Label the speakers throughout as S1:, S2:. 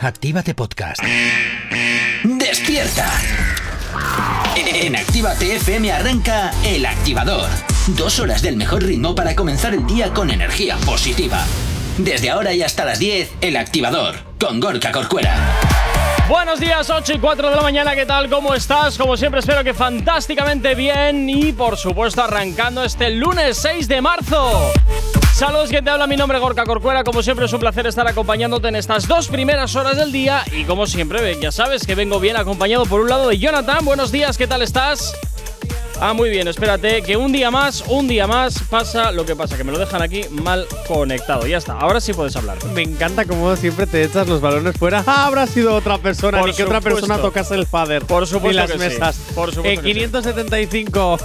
S1: Actívate Podcast.
S2: ¡Despierta! En Actívate FM arranca El Activador. Dos horas del mejor ritmo para comenzar el día con energía positiva. Desde ahora y hasta las 10, El Activador, con Gorka Corcuera.
S3: Buenos días, 8 y 4 de la mañana, ¿qué tal? ¿Cómo estás? Como siempre espero que fantásticamente bien y por supuesto arrancando este lunes 6 de marzo. Saludos, quien te habla, mi nombre es Gorka Corcuera, como siempre es un placer estar acompañándote en estas dos primeras horas del día y como siempre, ya sabes que vengo bien acompañado por un lado de Jonathan, buenos días, ¿qué tal estás? Ah, muy bien, espérate, que un día más, un día más pasa lo que pasa, que me lo dejan aquí mal conectado. Ya está, ahora sí puedes hablar.
S4: Me encanta cómo siempre te echas los balones fuera. ¡Ah, habrá sido otra persona,
S3: Por
S4: ni que otra
S3: supuesto.
S4: persona tocase el fader.
S3: Por supuesto
S4: Y las
S3: que sí.
S4: mesas.
S3: Por supuesto
S4: Eh,
S3: que sí.
S4: 575.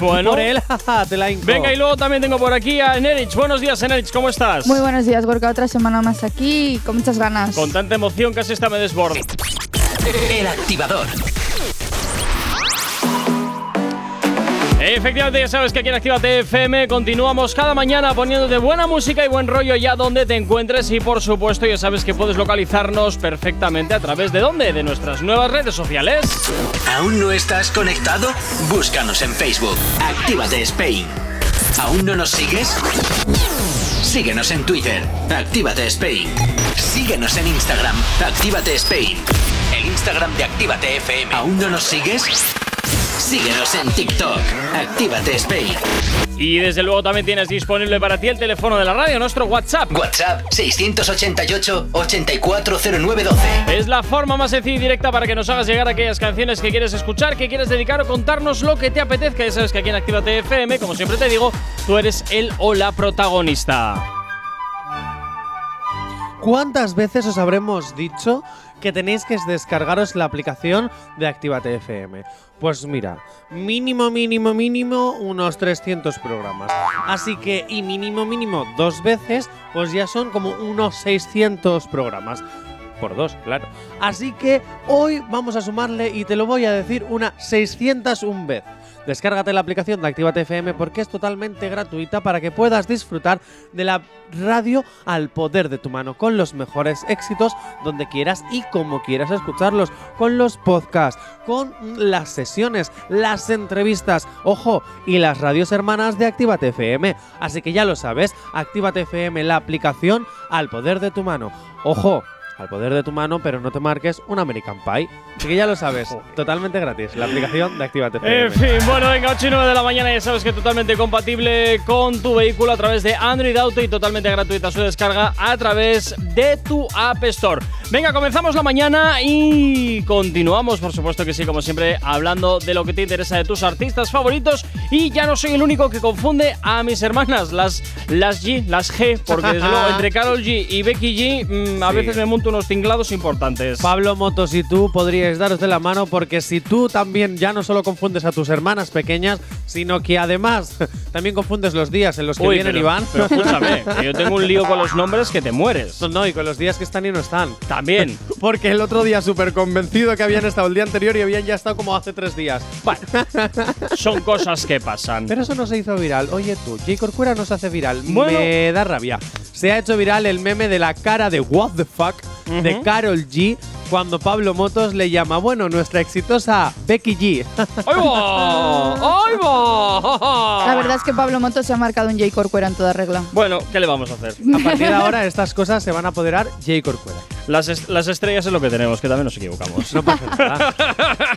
S3: Bueno.
S4: Por él, jaja, te la hinco.
S3: Venga, y luego también tengo por aquí a Enerich. Buenos días, Enerich, ¿cómo estás?
S5: Muy buenos días, Gorka. Otra semana más aquí y con muchas ganas.
S3: Con tanta emoción casi esta me desbordo.
S2: El Activador.
S3: Efectivamente, ya sabes que aquí en Actívate FM continuamos cada mañana poniéndote buena música y buen rollo ya donde te encuentres. Y por supuesto, ya sabes que puedes localizarnos perfectamente a través de dónde? De nuestras nuevas redes sociales.
S2: ¿Aún no estás conectado? Búscanos en Facebook. Actívate Spain. ¿Aún no nos sigues? Síguenos en Twitter. Actívate Spain. Síguenos en Instagram. Actívate Spain. El Instagram de Actívate FM. ¿Aún no nos sigues? Síguenos en TikTok. Actívate Spain.
S3: Y desde luego también tienes disponible para ti el teléfono de la radio, nuestro WhatsApp.
S2: WhatsApp 688 840912.
S3: Es la forma más sencilla y directa para que nos hagas llegar aquellas canciones que quieres escuchar, que quieres dedicar o contarnos lo que te apetezca. Ya sabes que aquí en Actívate FM, como siempre te digo, tú eres el o la protagonista.
S4: ¿Cuántas veces os habremos dicho que tenéis que descargaros la aplicación de Actívate FM? Pues mira, mínimo, mínimo, mínimo unos 300 programas. Así que, y mínimo, mínimo dos veces, pues ya son como unos 600 programas. Por dos, claro. Así que hoy vamos a sumarle, y te lo voy a decir, una 601 vez. Descárgate la aplicación de Actívate FM porque es totalmente gratuita para que puedas disfrutar de la radio al poder de tu mano con los mejores éxitos donde quieras y como quieras escucharlos, con los podcasts, con las sesiones, las entrevistas, ojo, y las radios hermanas de Actívate FM. Así que ya lo sabes, Actívate FM, la aplicación al poder de tu mano. Ojo, al poder de tu mano, pero no te marques un American Pie. Así que ya lo sabes, totalmente gratis, la aplicación de Actívate FM.
S3: En fin, bueno, venga, 8 y 9 de la mañana, ya sabes que totalmente compatible con tu vehículo a través de Android Auto y totalmente gratuita su descarga a través de tu App Store. Venga, comenzamos la mañana y continuamos, por supuesto que sí, como siempre, hablando de lo que te interesa de tus artistas favoritos. Y ya no soy el único que confunde a mis hermanas, las, las G, las G, porque desde luego entre Carol G y Becky G, mm, a
S4: Sí.
S3: veces me monto unos tinglados importantes.
S4: Pablo Motos y tú podríais daros de la mano porque si tú también ya no solo confundes a tus hermanas pequeñas, sino que además también confundes los días en los que
S3: Uy,
S4: vienen
S3: pero-
S4: y van.
S3: Pero escúchame, que yo tengo un lío con los nombres que te mueres.
S4: No, no, y con los días que están y no están.
S3: También.
S4: Porque el otro día súper convencido que habían estado el día anterior y habían ya estado como hace tres días.
S3: Bueno, son cosas que pasan.
S4: Pero eso no se hizo viral. Oye tú, J. Corcuera no se hace viral.
S3: Bueno.
S4: Me da rabia. Se ha hecho viral el meme de la cara de What the fuck de Carol G cuando Pablo Motos le llama, bueno, nuestra exitosa Becky G.
S3: ¡Ay, va! ¡Ay, va!
S5: La verdad es que Pablo Motos se ha marcado un J. Corcuera en toda regla.
S3: Bueno, ¿qué le vamos a hacer?
S4: A partir de ahora, estas cosas se van a apoderar J. Corcuera.
S3: Las, est- las estrellas es lo que tenemos, que también nos equivocamos.
S4: No pasa nada.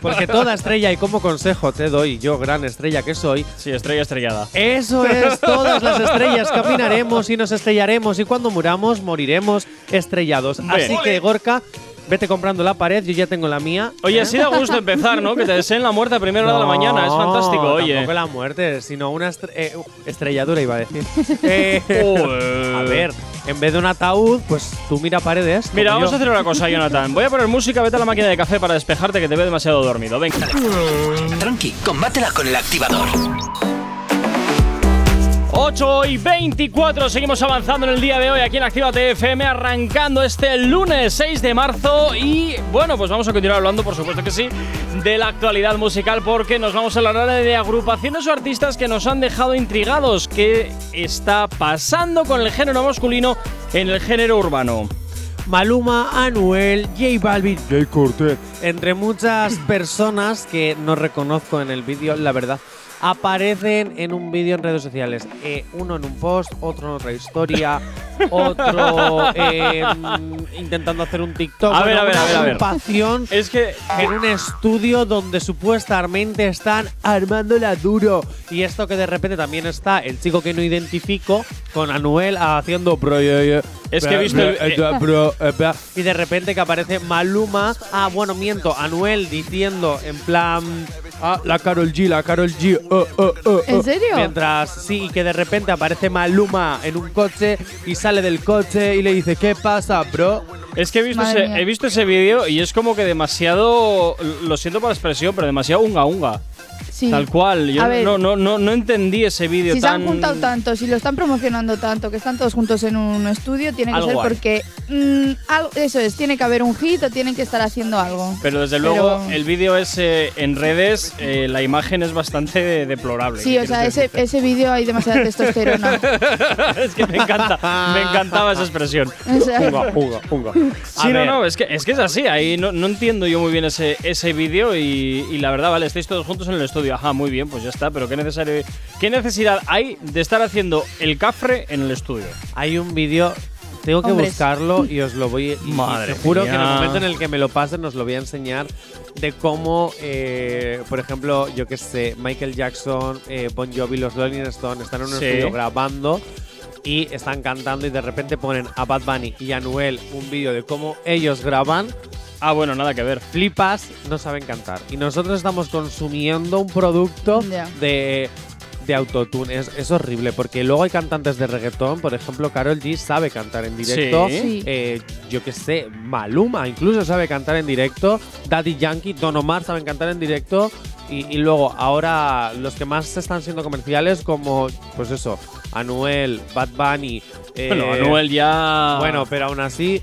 S4: Porque toda estrella, y como consejo te doy, yo, gran estrella que soy,
S3: Sí, estrella estrellada.
S4: eso es, todas las estrellas caminaremos y nos estrellaremos y cuando muramos moriremos estrellados. Así que, Gorka, vete comprando la pared, yo ya tengo la mía.
S3: Oye,
S4: ¿Eh?
S3: así da gusto empezar, ¿no? Que te deseen la muerte a primera hora de la
S4: No,
S3: mañana. Es fantástico, oye.
S4: Tampoco la muerte, sino una estre- eh, estrelladura, iba a decir. Eh,
S3: Joder.
S4: a ver, en vez de un ataúd, pues tú mira paredes. como
S3: Mira, vamos a
S4: yo.
S3: hacer una cosa, Jonathan. Voy a poner música, vete a la máquina de café para despejarte que te veo demasiado dormido. Venga.
S2: Tranqui, combátela con el activador.
S3: 8 y 24, seguimos avanzando en el día de hoy aquí en Actívate FM, arrancando este lunes 6 de marzo y bueno, pues vamos a continuar hablando, por supuesto que sí, de la actualidad musical porque nos vamos a hablar de agrupaciones o artistas que nos han dejado intrigados. ¿Qué está pasando con el género masculino en el género urbano?
S4: Maluma, Anuel, J Balvin, J Cortez, entre muchas personas que no reconozco en el vídeo, la verdad. Aparecen en un vídeo en redes sociales. Eh, uno en un post, otro en otra historia, otro eh, mm, intentando hacer un TikTok.
S3: A ver, a ver, a ver, a ver.
S4: Pasión
S3: Es que.
S4: en un estudio donde supuestamente están armándola duro. Y esto que de repente también está el chico que no identifico con Anuel haciendo pro. yo, yo,
S3: Es
S4: bra,
S3: que he visto
S4: bra,
S3: el-
S4: eh, bra, bro, eh, bra. Y de repente que aparece Maluma. Ah, bueno, miento. Anuel diciendo en plan. Ah, la Carol G, la Carol G. oh, oh, oh,
S5: ¿En
S4: oh.
S5: serio?
S4: Mientras, sí, y que de repente aparece Maluma en un coche y sale del coche y le dice, ¿qué pasa, bro?
S3: Es que he visto,
S5: Madre
S3: ese,
S5: mía.
S3: he visto ese vídeo y es como que demasiado. Lo siento por la expresión, pero demasiado unga unga.
S5: Sí.
S3: Tal cual. Yo
S5: A ver.
S3: no, no, no, no entendí ese vídeo
S5: Si se
S3: tan.
S5: han juntado tanto, si lo están promocionando tanto, que están todos juntos en un estudio, tiene que
S3: Algo
S5: ser
S3: hay.
S5: porque mm, al- eso es, tiene que haber un hit o tienen que estar haciendo algo.
S3: Pero desde
S5: Pero-
S3: luego, el vídeo es eh, en redes, eh, la imagen es bastante deplorable.
S5: Sí, o sea, ese, ese vídeo hay demasiada testosterona.
S3: es que me encanta, me encantaba esa expresión.
S5: O sea,
S4: Juga, juga.
S3: Sí, no, no, es que es, que es así. Ahí no, no entiendo yo muy bien ese, ese vídeo y, y la verdad, vale, estáis todos juntos en el estudio. Ajá, muy bien, pues ya está. Pero qué, necesario, qué necesidad hay de estar haciendo el cafre en el estudio.
S4: Hay un vídeo, tengo que
S5: Hombres.
S4: buscarlo y os lo voy y
S3: Madre
S4: Te juro que en el
S3: mía.
S4: momento en el que me lo pasen os lo voy a enseñar de cómo, eh, por ejemplo, yo que sé, Michael Jackson, eh, Bon Jovi, los Rolling Stones están en un
S3: Sí.
S4: estudio grabando y están cantando y de repente ponen a Bad Bunny y a Anuel un vídeo de cómo ellos graban,
S3: Ah, bueno, nada que ver.
S4: flipas, no saben cantar. Y nosotros estamos consumiendo un producto
S5: Ya.
S4: de, de autotune. Es, es horrible, porque luego hay cantantes de reggaetón, por ejemplo, Carol G sabe cantar en directo.
S3: Sí.
S5: Sí.
S4: Eh, yo que sé, Maluma incluso sabe cantar en directo. Daddy Yankee, Don Omar saben cantar en directo. Y, y luego, ahora los que más están siendo comerciales, como, pues eso, Anuel, Bad Bunny. eh,
S3: bueno, Anuel ya.
S4: Bueno, pero aún así.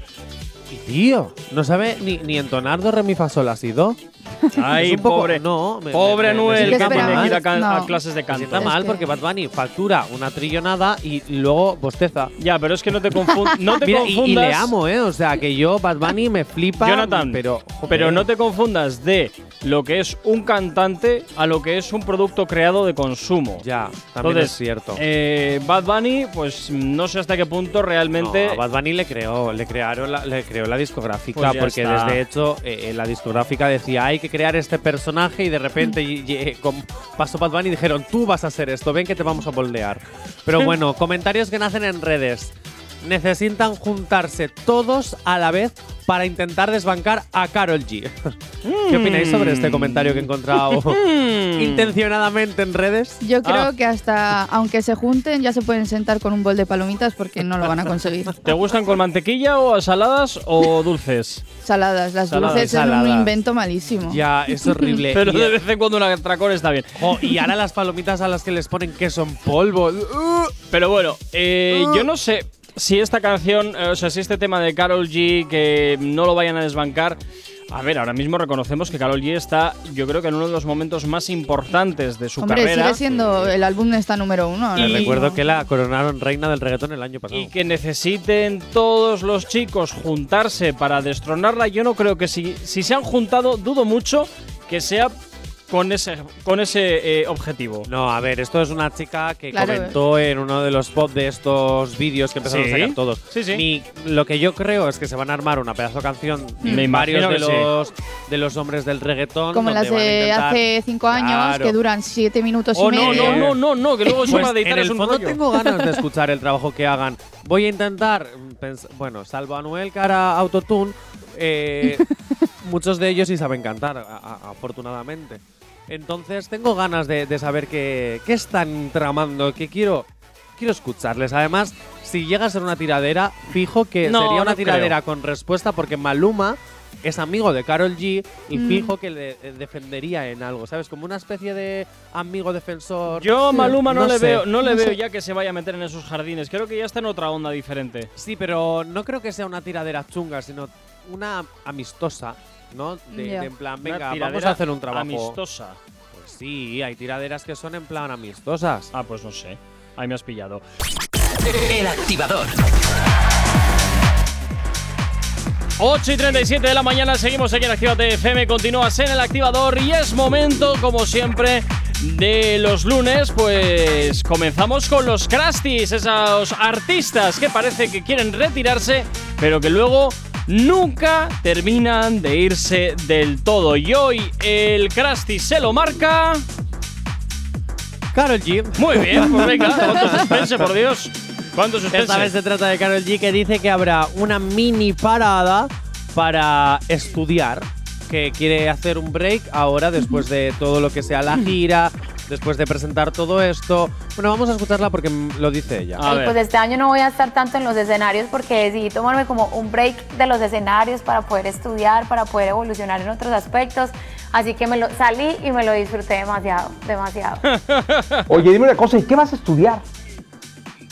S4: Y tío, no sabe ni, ni entonar do re mi fa sol ha sido.
S3: ay,
S4: es un poco-
S3: pobre.
S4: no, me-
S3: pobre
S4: me- me- me
S3: Anuel,
S5: siento
S3: que tiene que ir a,
S5: mal.
S3: can- a
S5: No.
S3: clases de
S4: Me
S3: canto. ¿eh?
S4: sienta mal
S5: Es que-
S4: porque Bad Bunny factura una trillonada y luego bosteza.
S3: Ya, pero es que no te, confund- no te
S4: Mira, y,
S3: confundas.
S4: y le amo, ¿eh? O sea, que yo, Bad Bunny, me flipa.
S3: Jonathan,
S4: pero, joder.
S3: pero no te confundas de lo que es un cantante a lo que es un producto creado de consumo.
S4: Ya, también
S3: Entonces,
S4: es cierto.
S3: eh, Bad Bunny, pues no sé hasta qué punto
S4: No,
S3: realmente.
S4: a Bad Bunny le creó, le crearon la, le creó la discográfica,
S3: Pues ya
S4: porque
S3: está.
S4: desde hecho eh, eh, la discográfica decía hay que crear este personaje y de repente y- y, eh, con- pasó Bad Bunny y dijeron tú vas a hacer esto, ven que te vamos a moldear. Pero bueno, comentarios que nacen en redes. Necesitan juntarse todos a la vez para intentar desbancar a Carol G.
S3: Mm.
S4: ¿Qué opináis sobre este comentario que he encontrado intencionadamente en redes?
S5: yo creo
S3: Ah.
S5: que hasta aunque se junten ya se pueden sentar con un bol de palomitas porque no lo van a conseguir.
S3: ¿Te gustan con mantequilla o saladas o dulces?
S5: Saladas, las
S3: Saladas,
S5: dulces
S4: saladas.
S5: es un invento malísimo.
S4: Ya, es horrible.
S3: Pero
S4: Y- eh,
S3: de vez en cuando un atracón está bien.
S4: Jo, y ahora las palomitas a las que les ponen queso en polvo. Uh.
S3: Pero bueno, eh, yo no sé si esta canción, eh, o sea, si este tema de Carol G, que no lo vayan a desbancar. A ver, ahora mismo reconocemos que Carol G está, yo creo que en uno de los momentos más importantes de su
S5: Hombre,
S3: carrera.
S5: sigue siendo el álbum está número uno. ¿eh? ahora
S3: Y-
S5: mismo.
S4: Recuerdo que la coronaron reina del reggaetón el año pasado.
S3: Y que necesiten todos los chicos juntarse para destronarla, yo no creo que si, si se han juntado, dudo mucho que sea con ese, con ese eh, objetivo.
S4: No, a ver, esto es una chica que
S5: Claro,
S4: comentó en uno de los pop de estos vídeos que empezaron
S3: Sí.
S4: a sacar todos.
S3: Sí, sí.
S4: Ni- lo que yo creo es que se van a armar una pedazo de canción
S3: Mm. Me
S4: de
S3: imagino
S4: varios
S3: que
S4: de
S3: sí.
S4: los, de los hombres del reggaetón.
S5: Como
S4: donde
S5: las
S4: van a
S5: de
S4: intentar-
S5: hace cinco años
S4: Claro.
S5: que duran siete minutos
S3: Oh,
S5: y
S3: no,
S5: medio.
S3: no, no, no, no, que luego eso
S4: Pues
S3: para editar
S4: en el
S3: es un
S4: fondo
S3: rollo.
S4: tengo ganas de escuchar el trabajo que hagan. Voy a intentar, mm, pens- bueno, salvo a Noel cara autotune, eh, muchos de ellos sí saben cantar, a- a- afortunadamente. Entonces tengo ganas de, de saber qué, qué están tramando, que quiero, quiero escucharles. Además, si llega a ser una tiradera, fijo que
S3: No,
S4: sería una
S3: no
S4: tiradera con respuesta porque Maluma es amigo de Carol G y
S5: Mm.
S4: fijo que le eh, defendería en algo, ¿sabes? Como una especie de amigo defensor.
S3: Yo a Maluma no,
S4: No
S3: le
S4: sé,
S3: veo, no le
S5: no
S3: veo
S5: sé.
S3: ya que se vaya a meter en esos jardines. Creo que ya está en otra onda diferente.
S4: Sí, pero no creo que sea una tiradera chunga, sino una amistosa, ¿no? De,
S5: Ya.
S4: de en plan,
S3: Una
S4: venga, vamos
S3: tiradera
S4: a hacer un trabajo.
S3: Amistosa.
S4: Pues sí, hay tiraderas que son en plan amistosas.
S3: Ah, pues no sé. Ahí me has pillado.
S2: El activador.
S3: 8 y 37 de la mañana, seguimos aquí en Actívate FM, continúas en el activador y es momento, como siempre, de los lunes, pues comenzamos con los crastis, esos artistas que parece que quieren retirarse, pero que luego nunca terminan de irse del todo. Y hoy el crastis se lo marca...
S4: Carol G.
S3: Muy bien, pues venga, cuánto suspense, por Dios. Cuánto
S4: Esta vez
S3: suspense.
S4: se trata de Carol G que dice que habrá una mini parada para estudiar, que quiere hacer un break ahora después de todo lo que sea la gira, después de presentar todo esto. Bueno, vamos a escucharla porque mm, lo dice ella.
S3: A
S1: Y,
S3: ver.
S1: pues este año no voy a estar tanto en los escenarios porque decidí tomarme como un break de los escenarios para poder estudiar, para poder evolucionar en otros aspectos. Así que me lo salí y me lo disfruté demasiado, demasiado.
S6: Oye, dime una cosa, ¿y qué vas a estudiar?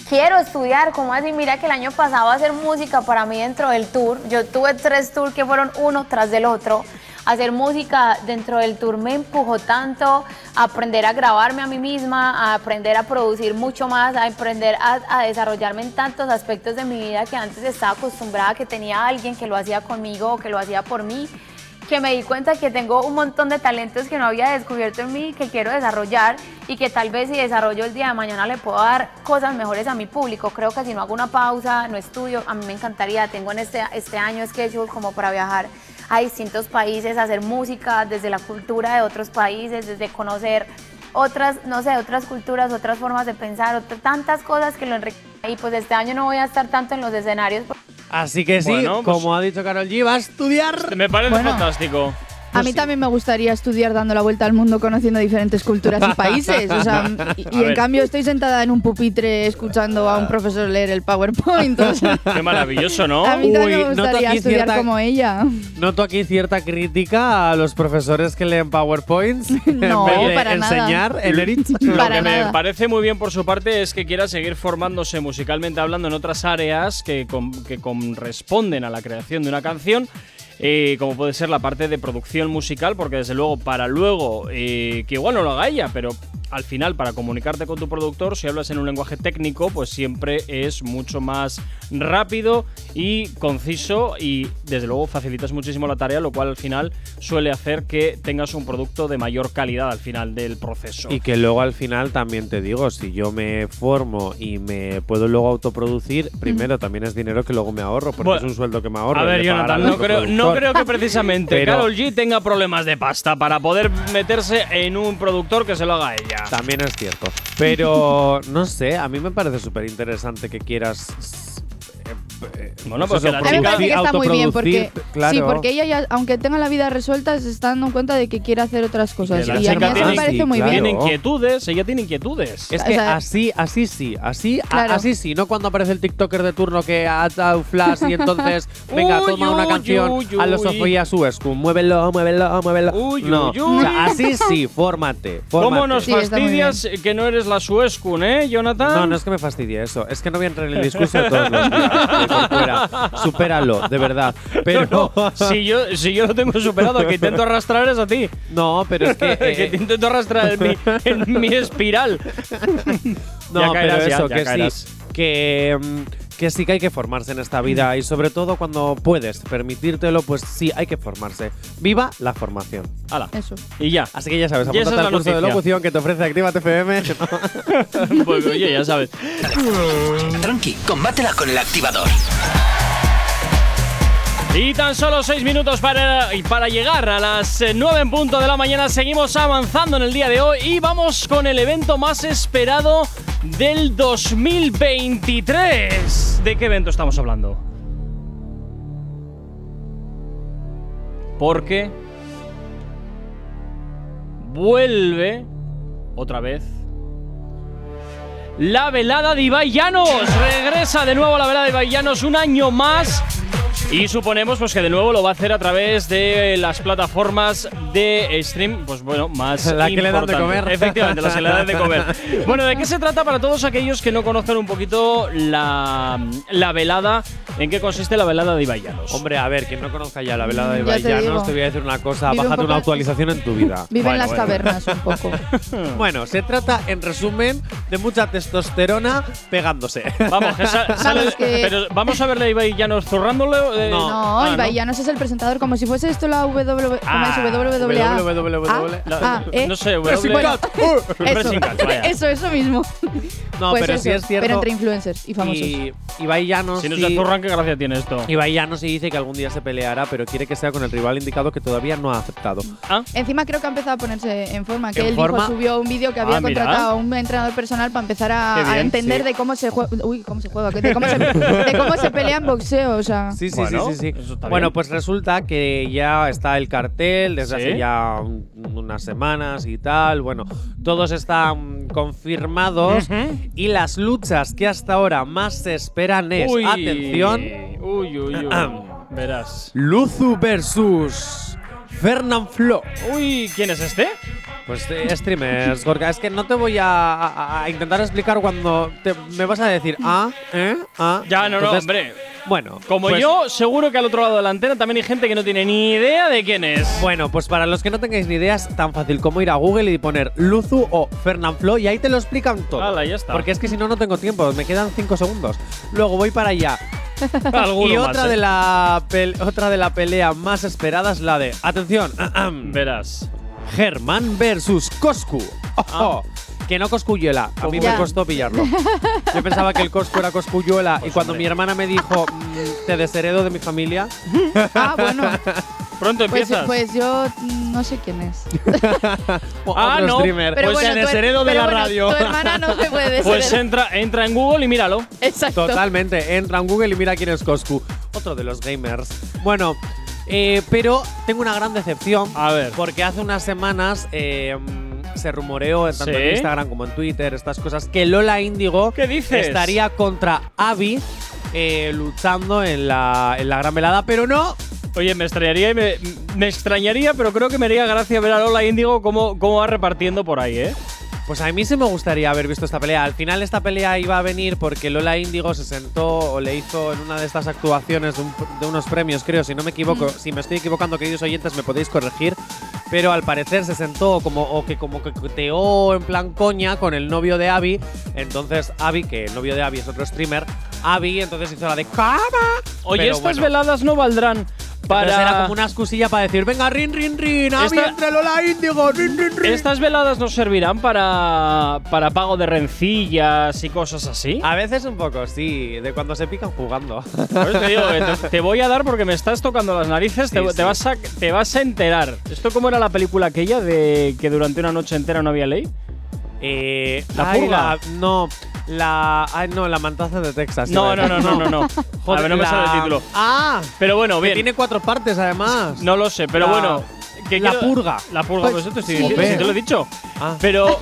S1: Quiero estudiar, como así, mira que el año pasado hacer música para mí dentro del tour. Yo tuve tres tours que fueron uno tras del otro. Hacer música dentro del tour me empujó tanto a aprender a grabarme a mí misma, a aprender a producir mucho más, a aprender a, a desarrollarme en tantos aspectos de mi vida que antes estaba acostumbrada, que tenía a alguien que lo hacía conmigo o que lo hacía por mí que me di cuenta que tengo un montón de talentos que no había descubierto en mí, que quiero desarrollar y que tal vez si desarrollo el día de mañana le puedo dar cosas mejores a mi público. Creo que si no hago una pausa, no estudio, a mí me encantaría. Tengo en este, este año schedule como para viajar a distintos países, hacer música desde la cultura de otros países, desde conocer otras, no sé, otras culturas, otras formas de pensar, otras- tantas cosas que lo enriquecen. Y pues este año no voy a estar tanto en los escenarios.
S4: Así que sí,
S3: Bueno, pues-
S4: como ha dicho Carol G, va a estudiar.
S3: Me parece
S5: Bueno.
S3: fantástico.
S5: A mí también me gustaría estudiar dando la vuelta al mundo conociendo diferentes culturas y países. O sea, y, y
S3: A ver.
S5: en cambio estoy sentada en un pupitre escuchando a un profesor leer el PowerPoint. o sea,
S3: Qué maravilloso, ¿no?
S5: A mí también
S4: Uy,
S5: me
S4: noto
S5: gustaría
S4: aquí
S5: estudiar
S4: cierta-
S5: como ella.
S4: Noto aquí cierta crítica a los profesores que leen PowerPoints
S5: No,
S4: en vez de
S5: para nada.
S4: enseñar el Erit.
S3: Lo
S5: Para
S3: que me
S5: nada.
S3: parece muy bien por su parte es que quiera seguir formándose musicalmente hablando en otras áreas que, com- que corresponden a la creación de una canción. eh, como puede ser la parte de producción musical, porque desde luego para luego, eh, que igual no lo haga ella, pero al final para comunicarte con tu productor, si hablas en un lenguaje técnico, pues siempre es mucho más rápido y conciso y desde luego facilitas muchísimo la tarea, lo cual al final suele hacer que tengas un producto de mayor calidad al final del proceso.
S4: Y que luego al final también te digo, si yo me formo y me puedo luego autoproducir, primero también es dinero que luego me ahorro, porque
S3: Bueno,
S4: es un sueldo que me ahorro.
S3: A
S4: y
S3: ver,
S4: le pagarán
S3: Jonathan,
S4: al
S3: no creo, no
S4: productor.
S3: creo que precisamente
S4: Pero-
S3: Carol G tenga problemas de pasta para poder meterse en un productor que se lo haga ella.
S4: También es cierto. Pero no sé, a mí me parece súper interesante que quieras. s- eh, eh,
S3: Bueno,
S4: pues
S3: pues
S4: eso,
S3: que la
S5: A mí me
S3: chica-
S4: producir,
S5: parece que está muy bien porque,
S4: autoproducir, claro.
S5: sí, porque ella, ya, aunque tenga la vida resuelta, se está dando cuenta de que quiere hacer otras
S3: Que
S5: cosas.
S3: la
S5: Y a mí
S3: chica
S5: eso
S3: tiene-
S5: me parece muy
S4: claro.
S5: bien.
S3: Tiene inquietudes, ella tiene inquietudes.
S4: Es que
S5: O sea-
S4: así, así sí, así, a-
S5: Claro.
S4: así sí, no cuando aparece el TikToker de turno que ha dado flash y entonces, venga,
S3: Uy,
S4: toma una
S3: uy,
S4: canción
S3: uy,
S4: a los
S3: uy.
S4: Sofía y a su escu, muévelo, muévelo, muévelo.
S3: Uy, uy,
S4: no,
S3: uy.
S4: o sea, así sí, fórmate, fórmate.
S3: ¿Cómo nos
S5: Sí, está muy
S3: fastidias que no eres la Suescun, eh, Jonathan?
S4: No, no es que me fastidie eso. Es que no voy a entrar en el discurso de todos los días. de por fuera. Supéralo, de verdad. Pero
S3: No, no, si, yo, si yo lo tengo superado, que intento arrastrar es a ti.
S4: No, pero es que. eh,
S3: que te intento arrastrar en mi, en mi espiral.
S4: no,
S3: Ya caerás,
S4: pero
S3: ya,
S4: eso,
S3: ya
S4: que
S3: caerás.
S4: sí. Que, mm, que sí que hay que formarse en esta vida. Y sobre todo cuando puedes permitírtelo, pues sí, hay que formarse. Viva la formación.
S3: Hala.
S5: Eso.
S3: Y ya.
S4: Así que ya sabes,
S3: Y esa
S4: apúntate
S3: es la
S4: al curso de
S3: noticia.
S4: locución que te ofrece Actívate FM.
S3: pues oye, ya sabes.
S2: Tranqui, combátela con el activador.
S3: Y tan solo seis minutos para, y para llegar a las eh, nueve en punto de la mañana. Seguimos avanzando en el día de hoy y vamos con el evento más esperado del 2023. ¿De qué evento estamos hablando? Porque vuelve otra vez la velada de Ibai Llanos. Regresa de nuevo la velada de Ibai Llanos un año más. Y suponemos pues, que de nuevo lo va a hacer a través de las plataformas de stream, pues bueno, más
S4: La que le dan de
S3: importantes.
S4: comer.
S3: Efectivamente, las que le dan de comer. Bueno, ¿de qué se trata para todos aquellos que no conozcan un poquito la, la velada? ¿En qué consiste la velada de Ibai Llanos?
S4: Hombre, a ver, quien no conozca ya la velada de
S5: Ya te
S4: Baillanos,
S5: digo.
S4: te voy a decir una cosa.
S5: Vive un
S4: Bájate
S5: poco
S4: una
S5: la-
S4: actualización en tu vida.
S5: Vive en las
S3: bueno.
S5: cavernas un poco.
S4: Bueno, se trata, en resumen, de mucha testosterona pegándose.
S3: Vamos, que sa- sale-
S5: Vamos, que-
S3: pero vamos a verle a Ibai Llanos zurrándole, eh, de.
S4: No.
S5: No,
S4: Ah,
S5: Ibai
S4: ¿no?
S5: Llanos es el presentador, como si fuese esto la WW, ¿cómo es?
S3: Ah,
S5: WWA.
S4: WWW.
S5: Ah,
S3: La-
S5: ah, eh.
S3: No sé,
S5: Bueno,
S3: W.
S5: eso,
S3: Pressing catch, vaya.
S5: eso, eso mismo.
S4: No,
S5: Pues
S4: pero
S5: eso,
S4: sí es cierto.
S5: Pero entre influencers y famosos.
S4: y Ibai Llanos
S3: Si nos
S4: sí-
S3: zurran, ¿qué gracia tiene esto?
S4: Ibai Llanos sí dice que algún día se peleará, pero quiere que sea con el rival indicado que todavía no ha aceptado.
S3: Ah,
S5: Encima creo que ha empezado a ponerse en forma, que
S4: ¿En
S5: él
S4: forma?
S5: dijo, subió un vídeo que había
S3: Ah, mira.
S5: contratado a un entrenador personal para empezar a,
S3: Qué bien,
S5: a entender
S3: sí.
S5: de cómo se juega, uy, cómo se juega, de cómo se, de cómo se pelea en boxeo, o sea.
S4: Sí, sí,
S3: Bueno,
S4: sí, sí, sí.
S3: eso está
S4: Bueno,
S3: bien.
S4: pues resulta que ya está el cartel desde
S3: ¿Sí?
S4: hace ya un- unas semanas y tal. Bueno, todos están confirmados y las luchas que hasta ahora más se esperan es,
S3: uy.
S4: atención,
S3: Uy, uy, uy.
S4: Ahem.
S3: Verás.
S4: Luzu versus Fernand Flo.
S3: Uy, ¿quién es este?
S4: Pues eh, streamers, Gorka, es que no te voy a, a- a intentar explicar cuando te- me vas a decir, ah, eh, ah.
S3: Ya, no, no,
S4: Entonces,
S3: hombre.
S4: Bueno,
S3: Como
S4: pues-
S3: yo, seguro que al otro lado de la antena también hay gente que no tiene ni idea de quién es.
S4: Bueno, pues para los que no tengáis ni idea, es tan fácil como ir a Google y poner Luzu o Fernanfloo y ahí te lo explican todo.
S3: Hala, ya está.
S4: Porque es que si no, no tengo tiempo, me quedan 5 segundos. Luego voy para allá.
S3: Alguno
S4: y
S3: más,
S4: otra,
S3: ¿eh?
S4: de la pel- otra de la pelea más esperada es la de, atención, ah,
S3: Verás.
S4: Germán versus Coscu. Ojo, Que no Coscuyuela, a mí
S5: Ya.
S4: me costó pillarlo. Yo pensaba que el Coscu era Coscuyuela y cuando
S3: hombre.
S4: mi hermana me dijo, "Mm, te desheredo de mi familia,
S5: Ah, bueno.
S3: Pronto
S5: Pues,
S3: empiezas.
S5: pues yo mm, no sé quién es.
S3: Ah,
S4: Oh, otro
S3: no,
S4: streamer.
S3: Pero
S4: pues
S3: bueno,
S4: te
S5: tu her-
S4: desheredo de
S5: pero
S4: la
S5: bueno,
S4: radio.
S5: Tu hermana no se puede
S3: Pues
S5: desheredar.
S3: entra, entra en Google y míralo.
S5: Exacto.
S4: Pues, Totalmente. Entra en Google y mira quién es Coscu. Otro de los gamers. Bueno, eh, pero tengo una gran decepción.
S3: A ver.
S4: Porque hace unas semanas eh, mm, se rumoreó, tanto
S3: Sí.
S4: en Instagram como en Twitter, estas cosas, que Lola Índigo
S3: ¿Qué dices?
S4: estaría contra Abby eh, luchando en la, en la gran velada, pero no.
S3: Oye, me extrañaría, y me, me extrañaría, pero creo que me haría gracia ver a Lola Índigo cómo, cómo va repartiendo por ahí, ¿eh?
S4: Pues a mí sí me gustaría haber visto esta pelea. Al final esta pelea iba a venir porque Lola Índigo se sentó o le hizo en una de estas actuaciones de, un- de unos premios, creo, si no me equivoco. Si me estoy equivocando, queridos oyentes, me podéis corregir. Pero al parecer se sentó como, o que como que coteó en plan coña con el novio de Abby. Entonces Abby, que el novio de Abby es otro streamer, Abby entonces hizo la de cama.
S3: Oye,
S4: Pero
S3: estas
S4: bueno.
S3: veladas no valdrán
S4: Entonces
S3: para.
S4: era como una excusilla para decir, venga, rin, rin, rin, Abby
S3: Esta-
S4: entre Lola Índigo, rin, rin, rin.
S3: Estas veladas nos servirán para, para pago de rencillas y cosas así.
S4: A veces un poco, sí, de cuando se pican jugando.
S3: Por eso te digo que te, te voy a dar porque me estás tocando las narices, te,
S4: Sí,
S3: te
S4: sí.
S3: Vas a, te vas a enterar. ¿Esto cómo era la película aquella de que durante una noche entera no había ley?
S4: Eh,
S3: ¿La
S4: ay,
S3: purga?
S4: la- no, la. ay, no, la mantaza de Texas. iba
S3: No, no,
S4: a
S3: no,
S4: decir.
S3: no, no, no. a ver, no me
S4: la-
S3: sale el título.
S4: Ah,
S3: Pero bueno,
S4: que
S3: bien.
S4: tiene cuatro partes además.
S3: No lo sé, pero
S4: La-
S3: bueno. que
S4: la purga.
S3: La purga,
S5: Pues
S3: pues, esto estoy
S5: sí.
S3: diciendo,
S4: Joder.
S3: si te lo he dicho.
S4: Ah.
S3: Pero.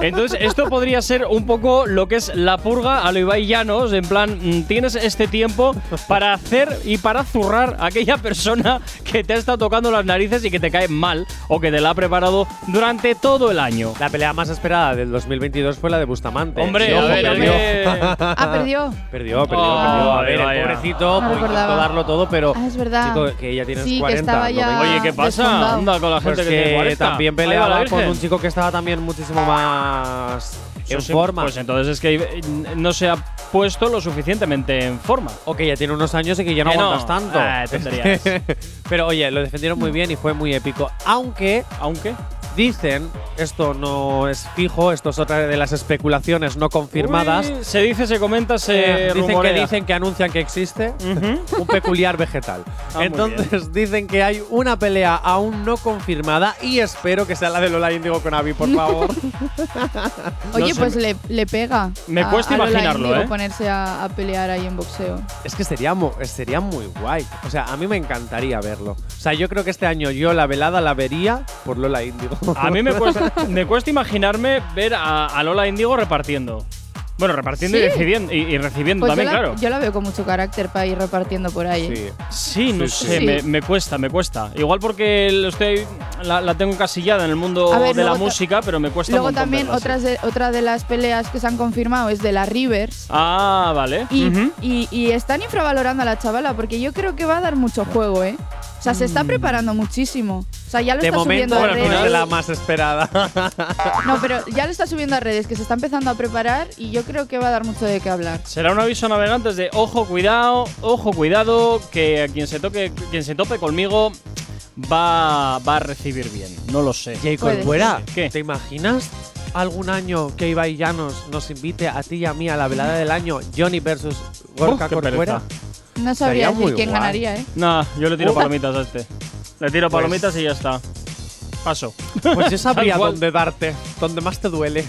S3: entonces, esto podría ser un poco lo que es la purga a lo Ibai Llanos. En plan, mm, tienes este tiempo para hacer y para zurrar a aquella persona que te ha estado tocando las narices y que te cae mal o que te la ha preparado durante todo el año.
S4: La pelea más esperada del 2022 fue la de Bustamante.
S3: Hombre,
S4: Y
S3: a
S4: Eh, ojo,
S3: ver, a
S4: perdió.
S3: ver.
S5: Ah, perdió.
S4: Perdió, perdió,
S3: Oh,
S4: perdió. A ver,
S3: vaya.
S4: el pobrecito
S5: Ah, No
S4: pues, intentó
S5: recordaba.
S4: darlo todo, pero.
S5: Ah, es verdad.
S4: Chico, que ya tienes
S5: Sí, que
S4: 40.
S5: estaba ya-
S4: no 20.
S3: Oye, ¿qué pasa?
S5: Desfondado.
S3: Anda con la
S4: Pues
S3: gente
S4: que
S3: que, tiene
S4: también
S3: pelea
S4: peleaba con un chico que estaba también muchísimo más en
S3: Pues,
S4: forma.
S3: Pues entonces es que eh, no se ha puesto lo suficientemente en forma.
S4: O que ya tiene unos años y que ya no
S3: Que no.
S4: aguantas tanto.
S3: Ah, tonterías.
S4: Pero oye, lo defendieron muy bien y fue muy épico. Aunque
S3: Aunque.
S4: dicen, esto no es fijo, esto es otra de las especulaciones no confirmadas.
S3: Uy, se dice, se comenta, se
S4: eh, dicen que
S3: rumorea.
S4: dicen que anuncian que existe
S3: Ujú. Ah,
S4: un peculiar vegetal.
S3: muy
S4: Entonces dicen que hay una pelea aún no confirmada y espero que sea la de Lola Índigo con Abby, por favor.
S5: Oye,
S3: sé,
S5: pues le, le pega.
S3: me
S5: a-
S3: cuesta
S5: a Lola
S3: imaginarlo,
S5: Índigo
S3: ¿eh?
S5: ponerse a, a pelear ahí en boxeo.
S4: Es que sería, mu- sería muy guay. O sea, a mí me encantaría verlo. O sea, yo creo que este año yo la velada la vería por Lola Índigo.
S3: A mí me cuesta, me cuesta imaginarme ver a, a Lola Indigo repartiendo. Bueno, repartiendo y,
S5: Sí.
S3: decidiendo- y, y
S4: Mm,
S3: recibiendo
S5: Pues yo,
S3: también,
S5: la,
S3: claro.
S5: yo la veo con mucho carácter para ir repartiendo por ahí. ¿eh?
S4: Sí.
S3: Sí, no
S4: Sí,
S3: sé,
S5: sí.
S3: Me, me cuesta, me cuesta. Igual porque lo estoy, la, la tengo encasillada en el mundo
S5: A ver,
S3: de la
S5: luego ta-
S3: música, pero me cuesta un
S5: Luego
S3: montón
S5: también
S3: verla, sí.
S5: otras de, otra de las peleas que se han confirmado es de la Rivers.
S3: Ah, vale.
S5: Y,
S3: Ujú.
S5: y- y están infravalorando a la chavala porque yo creo que va a dar mucho juego, ¿eh? O sea, se está preparando muchísimo. O sea, ya lo
S4: Mm. De
S5: está
S4: momento,
S5: subiendo a
S4: bueno, al final es
S5: redes.
S4: la más esperada.
S5: No, pero ya lo está subiendo a redes, que se está empezando a preparar y yo creo que va a dar mucho de qué hablar.
S3: Será un aviso a navegantes de ojo, cuidado, ojo, cuidado, que a quien se toque, quien se tope conmigo va, va a recibir bien. No lo sé.
S5: Puede
S4: Jacob
S5: ser.
S4: Buera,
S3: ¿Qué?
S4: ¿te imaginas algún año que Ibai Llanos nos invite a ti y a mí a la velada del año Johnny versus Gorka
S3: qué
S4: Corcuera?
S3: pereza.
S5: No
S4: Estaría
S5: sabría
S4: muy
S5: decir quién
S4: guay.
S5: ganaría, ¿eh?
S3: Nah, yo le tiro
S4: Uh.
S3: palomitas a este. Le tiro palomitas y ya está. Paso.
S4: Pues yo sabría
S3: Tal cual.
S4: dónde darte, dónde más te duele.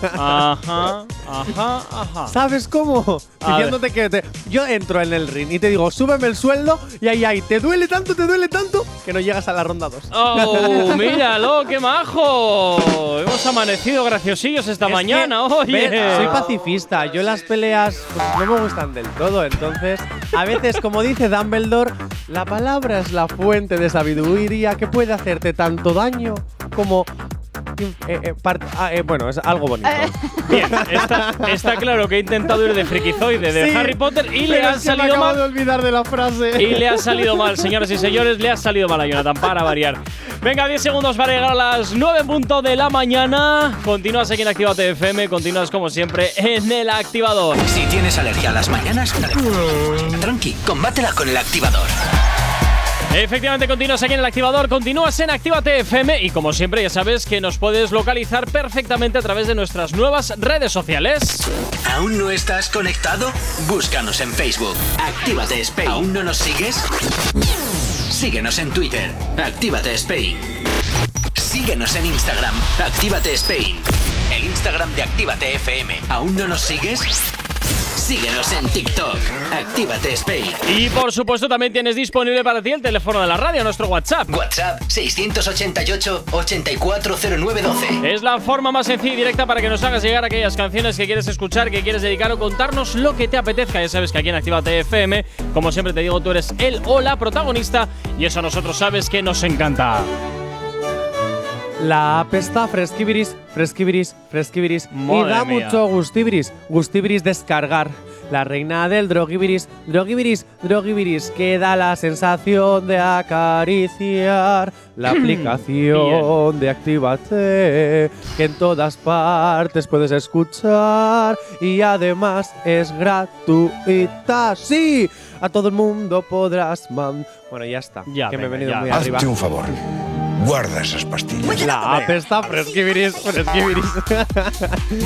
S3: Ajá, ajá, ajá.
S4: ¿Sabes cómo?
S3: A
S4: Diciéndote que te- yo entro en el ring y te digo, súbeme el sueldo y ahí, ahí, te duele tanto, te duele tanto que no llegas a la ronda 2.
S3: ¡Oh, míralo, qué majo! Hemos amanecido graciosillos esta
S4: Es que,
S3: mañana, oye. Ah.
S4: ven, soy pacifista. Yo las peleas pues, no me gustan del todo. Entonces, a veces, como dice Dumbledore, la palabra es la fuente de sabiduría que puede hacerte tanto daño como. eh, eh, part- ah, eh, bueno, es algo bonito.
S3: Bien, está, está claro que he intentado ir de frikizoide de
S4: Sí,
S3: Harry Potter y le
S4: pero
S3: han
S4: es que me
S3: salido
S4: acabo de
S3: mal.
S4: olvidar de la frase.
S3: Y le ha salido mal, señoras y señores, le ha salido mal a Jonathan para variar. Venga, 10 segundos para llegar a las 9 en punto de la mañana. Continúas aquí en Activa FM, continúas como siempre en el activador.
S2: Si tienes alergia a las mañanas, tranqui, combátela con el activador.
S3: Efectivamente, continúas aquí en el activador, continúas en Actívate FM y como siempre ya sabes que nos puedes localizar perfectamente a través de nuestras nuevas redes sociales.
S2: ¿Aún no estás conectado? Búscanos en Facebook. Actívate Spain. ¿Aún no nos sigues? Síguenos en Twitter. Actívate Spain. Síguenos en Instagram. Actívate Spain. El Instagram de Actívate FM. ¿Aún no nos sigues? Síguenos en TikTok. Actívate Spain.
S3: Y por supuesto también tienes disponible para ti el teléfono de la radio, nuestro WhatsApp.
S2: WhatsApp 688 840912.
S3: Es la forma más sencilla y directa para que nos hagas llegar aquellas canciones que quieres escuchar, que quieres dedicar o contarnos lo que te apetezca. Ya sabes que aquí en Actívate FM, como siempre te digo, tú eres el o la protagonista y eso a nosotros sabes que nos encanta.
S4: La app está fresquibiris, fresquibiris, fresquibiris.
S3: Madre
S4: y da
S3: mía.
S4: mucho gustibiris. Gustibiris descargar. La reina del drogibiris, drogibiris, drogibiris, que da la sensación de acariciar la aplicación de Actívate, que en todas partes puedes escuchar y además es gratuita. ¡Sí! A todo el mundo podrás man. Bueno, ya está.
S3: Ya,
S4: que me
S3: venga,
S4: he venido
S3: ya.
S4: muy
S3: Hazte
S4: arriba.
S7: Hazte un favor. Guarda esas pastillas.
S4: La app está fresquibiris, fresquibiris.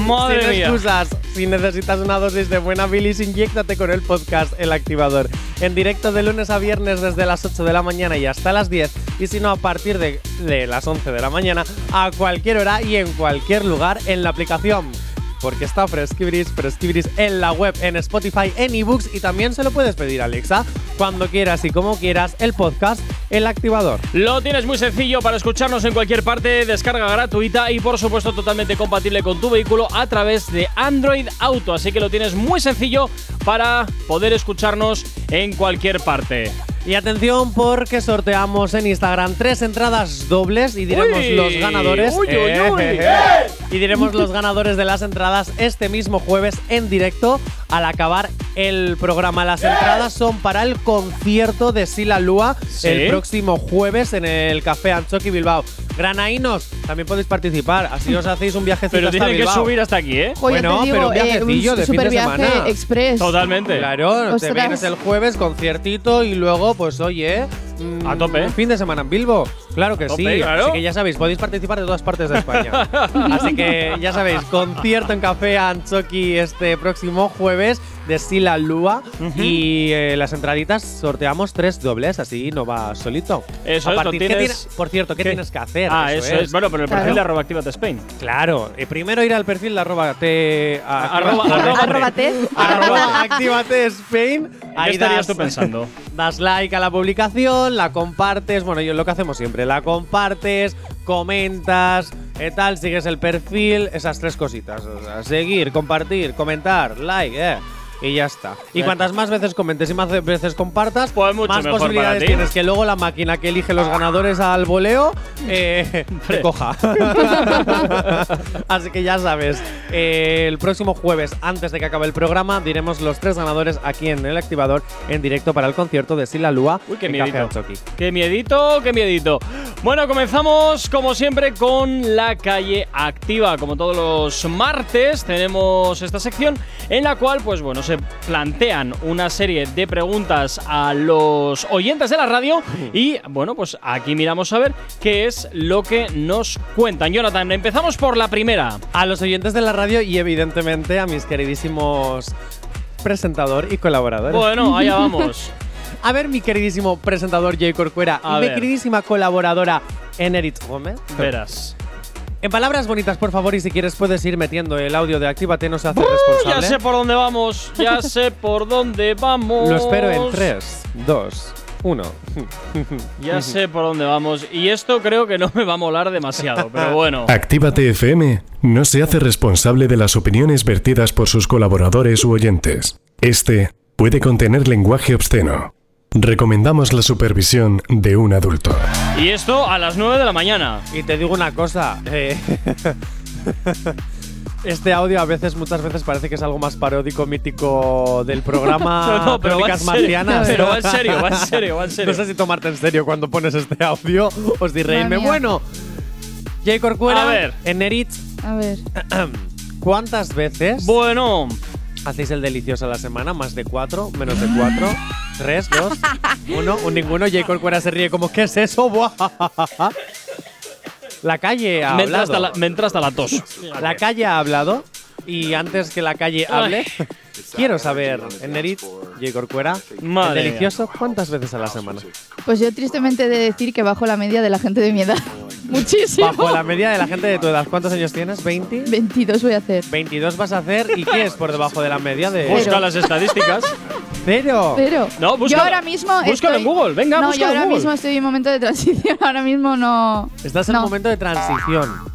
S3: Madre
S4: sin
S3: mía.
S4: excusas, si necesitas una dosis de buena bilis, inyéctate con el podcast El Activador. En directo de lunes a viernes desde las 8 de la mañana y hasta las 10. Y si no, a partir de, de las 11 de la mañana, a cualquier hora y en cualquier lugar en la aplicación. Porque está Fresquibiris, Fresquibiris en la web, en Spotify, en ebooks y también se lo puedes pedir a Alexa cuando quieras y como quieras el podcast El Activador.
S3: Lo tienes muy sencillo para escucharnos en cualquier parte, descarga gratuita y por supuesto totalmente compatible con tu vehículo a través de Android Auto. Así que lo tienes muy sencillo para poder escucharnos en cualquier parte.
S4: Y atención porque sorteamos en Instagram tres entradas dobles y diremos
S3: Uy.
S4: los ganadores. Eh,
S3: Uy, uy, uy.
S4: Y diremos los ganadores de las entradas este mismo jueves en directo al acabar el programa. Las entradas son para el concierto de Sila Lua
S3: Sí.
S4: el próximo jueves en el Café Anchoqui Bilbao. Granainos, también podéis participar, así os hacéis un viajecito
S3: Pero
S4: hasta
S3: tiene que
S4: Bilbao.
S3: subir hasta aquí, ¿eh?
S5: Oye,
S4: Bueno,
S5: te digo,
S4: pero un
S5: eh,
S4: viajecillo de fin de
S5: superviaje
S4: semana.
S5: express.
S3: Totalmente.
S4: Claro, te
S5: Ostras.
S4: vienes el jueves, conciertito y luego, pues oye. mm,
S3: A tope.
S4: Fin de semana en Bilbo. Claro que
S3: A tope,
S4: sí.
S3: claro.
S4: Así que ya sabéis, podéis participar de todas partes de España. Así que ya sabéis, concierto en Café Anchoqui este próximo jueves de Sila Lua. Y eh, las entraditas sorteamos tres dobles, así no va solito.
S3: Eso
S4: A
S3: es, lo
S4: partir- ¿qué
S3: tienes-
S4: tiene- por cierto, ¿qué, tienes que hacer?
S3: Ah, eso, es. Bueno, pero el perfil
S5: Claro.
S3: de arroba Actívate Spain.
S4: Claro, eh, primero ir al perfil de arroba te. a-
S3: Arroba- arroba-
S5: Arróbate.
S4: Arroba Actívate Spain.
S3: Ahí estarías
S4: das-
S3: tú pensando.
S4: Das like a la publicación, la compartes, bueno, yo lo que hacemos siempre, la compartes, comentas, eh, tal, sigues el perfil, esas tres cositas. o sea, seguir, compartir, comentar, like, eh. Y ya está. Y
S3: Ya
S4: cuantas más veces comentes y más veces compartas,
S3: Pues mucho
S4: más
S3: mejor para
S4: posibilidades
S3: ti.
S4: tienes que luego la máquina que elige los ganadores al voleo eh, te coja. Así que ya sabes, eh, el próximo jueves, antes de que acabe el programa, diremos los tres ganadores aquí en el activador en directo para el concierto de Sila Lua
S3: Uy, qué
S4: en Café
S3: miedito.
S4: Anchoqui.
S3: Qué miedito, qué miedito. Bueno, comenzamos como siempre con la calle activa. Como todos los martes tenemos esta sección en la cual, pues bueno, se plantean una serie de preguntas a los oyentes de la radio y, bueno, pues aquí miramos a ver qué es lo que nos cuentan. Jonathan, empezamos por la primera.
S4: A los oyentes de la radio y evidentemente a mis queridísimos presentador y colaboradores.
S3: Bueno, allá vamos.
S4: A ver, mi queridísimo presentador Jay Corcuera
S3: A
S4: y mi
S3: ver.
S4: queridísima colaboradora Enerit Gómez.
S3: Verás.
S4: En palabras bonitas, por favor, y si quieres puedes ir metiendo el audio de Actívate, no se hace
S3: Ya
S4: responsable.
S3: sé por dónde vamos, ya sé por dónde vamos.
S4: Lo espero en 3, 2, 1.
S3: Ya sé por dónde vamos. Y esto creo que no me va a molar demasiado, pero bueno.
S8: Actívate FM no se hace responsable de las opiniones vertidas por sus colaboradores u oyentes. Este puede contener lenguaje obsceno. Recomendamos la supervisión de un adulto.
S3: Y esto a las 9 de la mañana.
S4: Y te digo una cosa. eh, Este audio a veces, muchas veces parece que es algo más paródico, mítico del programa
S3: No, no, pero va en
S4: Crónicas
S3: serio.
S4: Marcianas.
S3: Pero va en serio, va en serio, va en serio.
S4: No sé si tomarte en serio cuando pones este audio o si reírme.
S5: Madre mía.
S4: Bueno, Jay Corcuera,
S3: A ver.
S4: Enerit,
S5: A ver.
S4: ¿cuántas veces
S3: Bueno,
S4: hacéis el delicioso a la semana? ¿Más de cuatro? ¿Menos de cuatro? ¿Tres? ¿Dos? ¿Uno? ¿Un ninguno? Jay Corcuera se ríe como, ¿qué es eso? Buah. La calle ha
S3: me entra,
S4: hablado.
S3: hasta la, me entra hasta la tos.
S4: La calle ha hablado y antes que la calle hable, quiero saber, Enerit, J. Corcuera,
S3: Madre
S4: el delicioso, ¿cuántas veces a la semana?
S5: Pues yo tristemente he de decir que bajo la media de la gente de mi edad. Muchísimo.
S4: Bajo Pues la media de la gente de tu edad, ¿cuántos años tienes? ¿20?
S5: 22 voy a hacer.
S4: 22 vas a hacer y ¿qué es por debajo de la media de
S3: Busca las estadísticas.
S4: cero?
S5: Pero
S3: No, búscalo.
S5: yo ahora mismo
S3: Búscalo
S5: estoy-
S3: en Google, venga,
S5: No,
S3: búscalo
S5: yo
S3: en
S5: ahora
S3: Google.
S5: mismo estoy en un momento de transición, ahora mismo no.
S4: Estás en
S5: no.
S4: un momento de transición.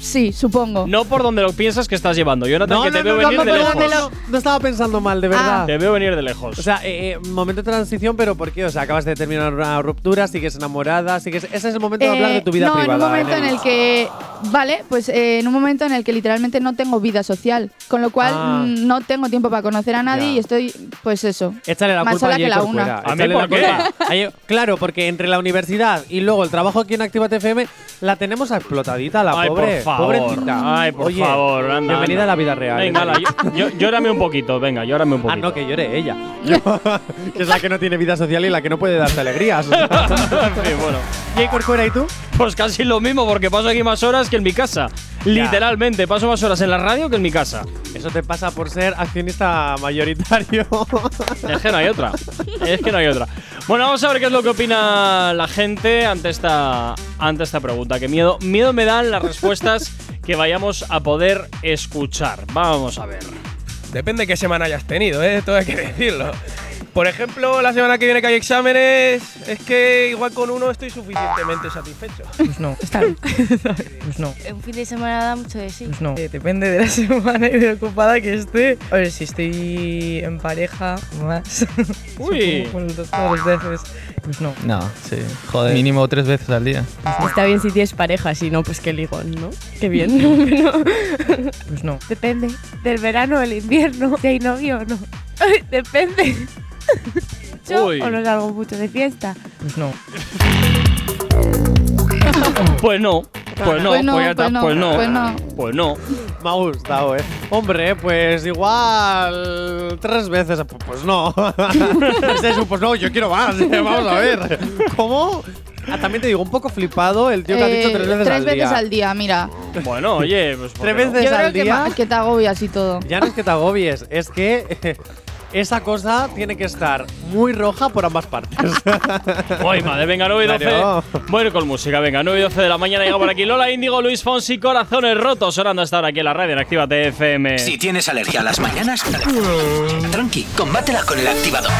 S5: Sí, supongo.
S3: No por donde lo piensas que estás llevando. Jonathan, que te veo venir de
S4: perdón,
S3: lejos.
S4: no, no estaba pensando mal, de
S5: Ah.
S4: verdad.
S3: Te veo venir de lejos.
S4: O sea, eh, eh, momento de transición, pero ¿por qué? O sea, acabas de terminar una ruptura, sigues enamorada, sigues. Ese es el momento de hablar
S5: Eh,
S4: de tu vida
S5: no,
S4: privada.
S5: en un momento en
S4: Enerit.
S5: el que. Vale, pues eh, en un momento en el que literalmente no tengo vida social. Con lo cual
S4: Ah.
S5: mm, no tengo tiempo para conocer a nadie
S4: Ya.
S5: y estoy, pues eso.
S4: Échale la
S5: más
S4: culpa
S5: sola
S4: a Jay
S5: que la una.
S4: Corcuera.
S3: ¿A mí
S4: Échale la
S3: por qué?
S4: culpa. A Jay- Claro, porque entre la universidad y luego el trabajo aquí en Activa FM la tenemos explotadita, la
S3: Ay,
S4: pobre.
S3: por favor.
S4: Pobrecita.
S3: Ay, por
S4: Oye,
S3: favor. anda,
S4: bienvenida
S3: anda.
S4: a la vida real.
S3: Venga, ala, yo- yo- llórame un poquito, venga, llórame un
S4: Ah,
S3: poquito.
S4: no, que llore ella. que es la que no tiene vida social y la que no puede darse alegrías. Jay
S3: En fin, bueno.
S4: Corcuera, ¿y tú?
S3: Pues casi lo mismo, porque paso aquí más horas que en mi casa. Literalmente, paso más horas en la radio que en mi casa.
S4: Eso te pasa por ser accionista mayoritario.
S3: Es que no hay otra. Es que no hay otra. Bueno, vamos a ver qué es lo que opina la gente ante esta, ante esta pregunta. Que miedo, miedo me dan las respuestas que vayamos a poder escuchar. Vamos a ver.
S9: Depende de qué semana hayas tenido, ¿eh? Todo hay que decirlo. Por ejemplo, la semana que viene que hay exámenes, es que igual con uno estoy suficientemente satisfecho.
S10: Pues no. Está bien. pues no.
S11: Un fin de semana da mucho de sí.
S10: Pues no. Eh, depende de la semana y de lo ocupada que esté. A ver, si estoy en pareja, más.
S3: Uy.
S10: Supongo, bueno, dos- todas las veces. Pues no.
S9: No, sí. Joder. Mínimo tres veces al día.
S11: Pues Está bien si tienes pareja, si no, pues que ligón, ¿no? Qué bien, ¿no?
S10: Pues no.
S11: Depende del verano, el invierno, si hay novio o no. Depende.
S3: Uy.
S11: O no salgo mucho de fiesta.
S10: Pues no.
S3: Pues no. Pues no,
S5: Pues
S3: pues
S5: no,
S3: ya está,
S5: pues no,
S3: pues no.
S5: pues no.
S3: Pues no.
S4: Me ha gustado, eh. Hombre, pues igual tres veces. Pu- Pues no. Es eso, pues no, yo quiero más. Vamos a ver. ¿Cómo? Ah, también te digo, un poco flipado el tío que ha dicho
S5: Eh,
S4: tres veces al día.
S5: al día, mira.
S3: Bueno, oye, pues. ¿por
S4: Tres
S3: qué no?
S4: veces
S5: Yo creo
S4: al
S5: que,
S4: día.
S5: ma- que te agobias y todo.
S4: Ya no es que te agobies, es que esa cosa tiene que estar muy roja por ambas partes.
S3: Uy, madre, venga, 9 y 12.
S4: Claro.
S3: Bueno, con música, venga, 9 y 12 de la mañana llega por aquí Lola Índigo, Luis Fonsi, Corazones Rotos, orando a estar aquí en la radio en Actívate FM.
S2: Si tienes alergia a las mañanas, tranqui, combátela con el activador.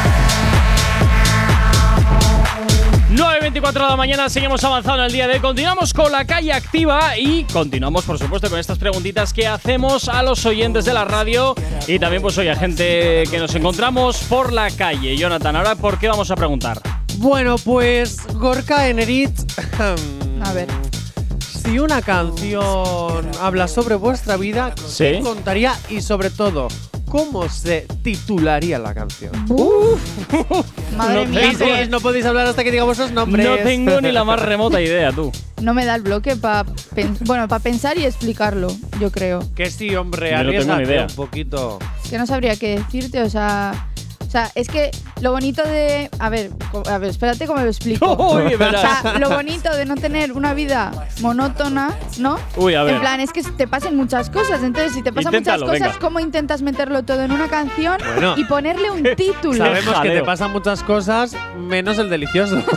S3: 9.24 de la mañana, seguimos avanzando en el día de hoy. Continuamos con la calle activa y continuamos, por supuesto, con estas preguntitas que hacemos a los oyentes de la radio y también, pues, hoy a gente que nos encontramos por la calle. Jonathan, ahora, ¿por qué vamos a preguntar?
S4: Bueno, pues Gorka Enerit.
S5: A ver.
S4: Si una canción habla sobre vuestra vida, ¿qué
S3: Sí.
S4: contaría y sobre todo, cómo se titularía la canción?
S5: Madre
S4: no,
S5: mía,
S4: tengo- no podéis hablar hasta que digamos los nombres.
S3: No tengo ni la más remota idea, tú.
S5: no me da el bloque para bueno, para pensar y explicarlo, yo creo.
S4: Que sí, hombre,
S3: Yo no tengo ni
S4: arriesgate
S3: idea.
S4: un poquito.
S5: Es que no sabría qué decirte, o sea, o sea, es que lo bonito de, a ver, co- a ver, espérate cómo lo explico.
S3: Uy,
S5: o
S3: verás.
S5: sea, lo bonito de no tener una vida monótona, ¿no?
S3: Uy, a ver.
S5: En plan, es que te pasen muchas cosas. Entonces, si te pasan
S3: Inténtalo,
S5: muchas cosas,
S3: venga.
S5: ¿cómo intentas meterlo todo en una canción
S4: Bueno.
S5: y ponerle un título?
S4: Sabemos que te
S3: jaleo.
S4: pasan muchas cosas, menos el delicioso.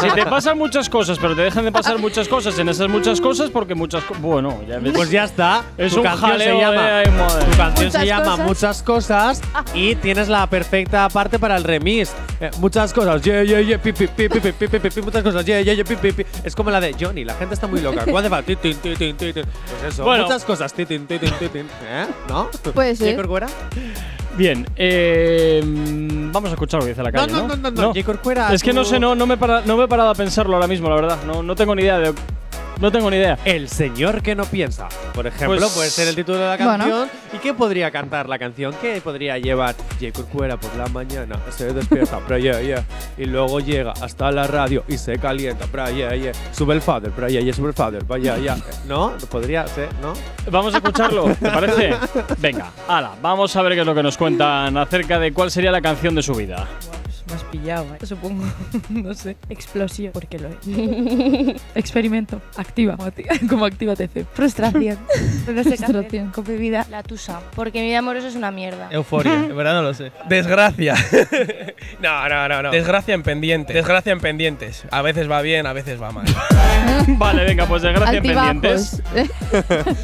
S3: Si te pasan muchas cosas, pero te dejan de pasar muchas cosas en esas muchas cosas, porque muchas. co- Bueno, ya ves.
S4: pues ya está.
S3: Es
S4: tu
S3: un
S4: canción
S3: jaleo eh,
S4: se
S3: de-
S4: llama.
S3: ay, madre.
S4: Tu canción se
S5: Muchas
S4: llama
S5: cosas.
S4: Muchas cosas y tienes la perfecta parte para el remix. Eh, muchas cosas. Yeah, yeah, yeah, pi, pi, pi, pi, pi, pi, pi, pi, pi, muchas cosas. Yeah, yeah, yeah, pi, pi, pi. Es como la de Johnny, la gente está muy loca. ¿Cuál de va? Tin, tin, tin, tin, tin, tin. Pues eso.
S3: Bueno.
S4: Muchas cosas. Tin, tin, tin, tin, tin, tin. ¿Eh? ¿No?
S5: Puede ser.
S4: ¿J. Corcuera?
S3: Bien, eh, mm, vamos a escuchar lo que dice la
S4: No,
S3: calle.
S4: no,
S3: No,
S4: no, no, no. J. Corcuera,
S3: Es que no
S4: tú-
S3: sé, no, no, me he para- no me he parado a pensarlo ahora mismo, la verdad. No, no tengo ni idea de. No tengo ni idea.
S4: El señor que no piensa, por ejemplo,
S3: Pues-
S4: puede ser el título de la
S5: Bueno.
S4: canción. ¿Y qué podría cantar la canción? ¿Qué podría llevar? J. Corcuera por la mañana se despierta, pero yeah, yeah. Y luego llega hasta la radio y se calienta, pero yeah, yeah. Sube el fader, pero yeah, yeah, sube el fader, pero yeah, yeah. ¿No? Podría ser, ¿no?
S3: Vamos a escucharlo, ¿te parece? Venga, ala, vamos a ver qué es lo que nos cuentan acerca de cuál sería la canción de su vida.
S10: Pues me has pillado, ¿eh? supongo. no sé.
S11: Explosión. Porque lo es. Experimento. Activa. Como, acti- como activa TC.
S10: Frustración.
S11: No sé qué
S5: Frustración.
S11: hacer con mi vida.
S12: La tusa, porque mi vida amorosa es una mierda.
S9: Euforia, en verdad no lo sé. Desgracia. no, no, no, no. Desgracia en pendientes. Desgracia en pendientes. A veces va bien, a veces va mal.
S3: Vale, venga, pues desgracia en pendientes.
S5: Altibajos.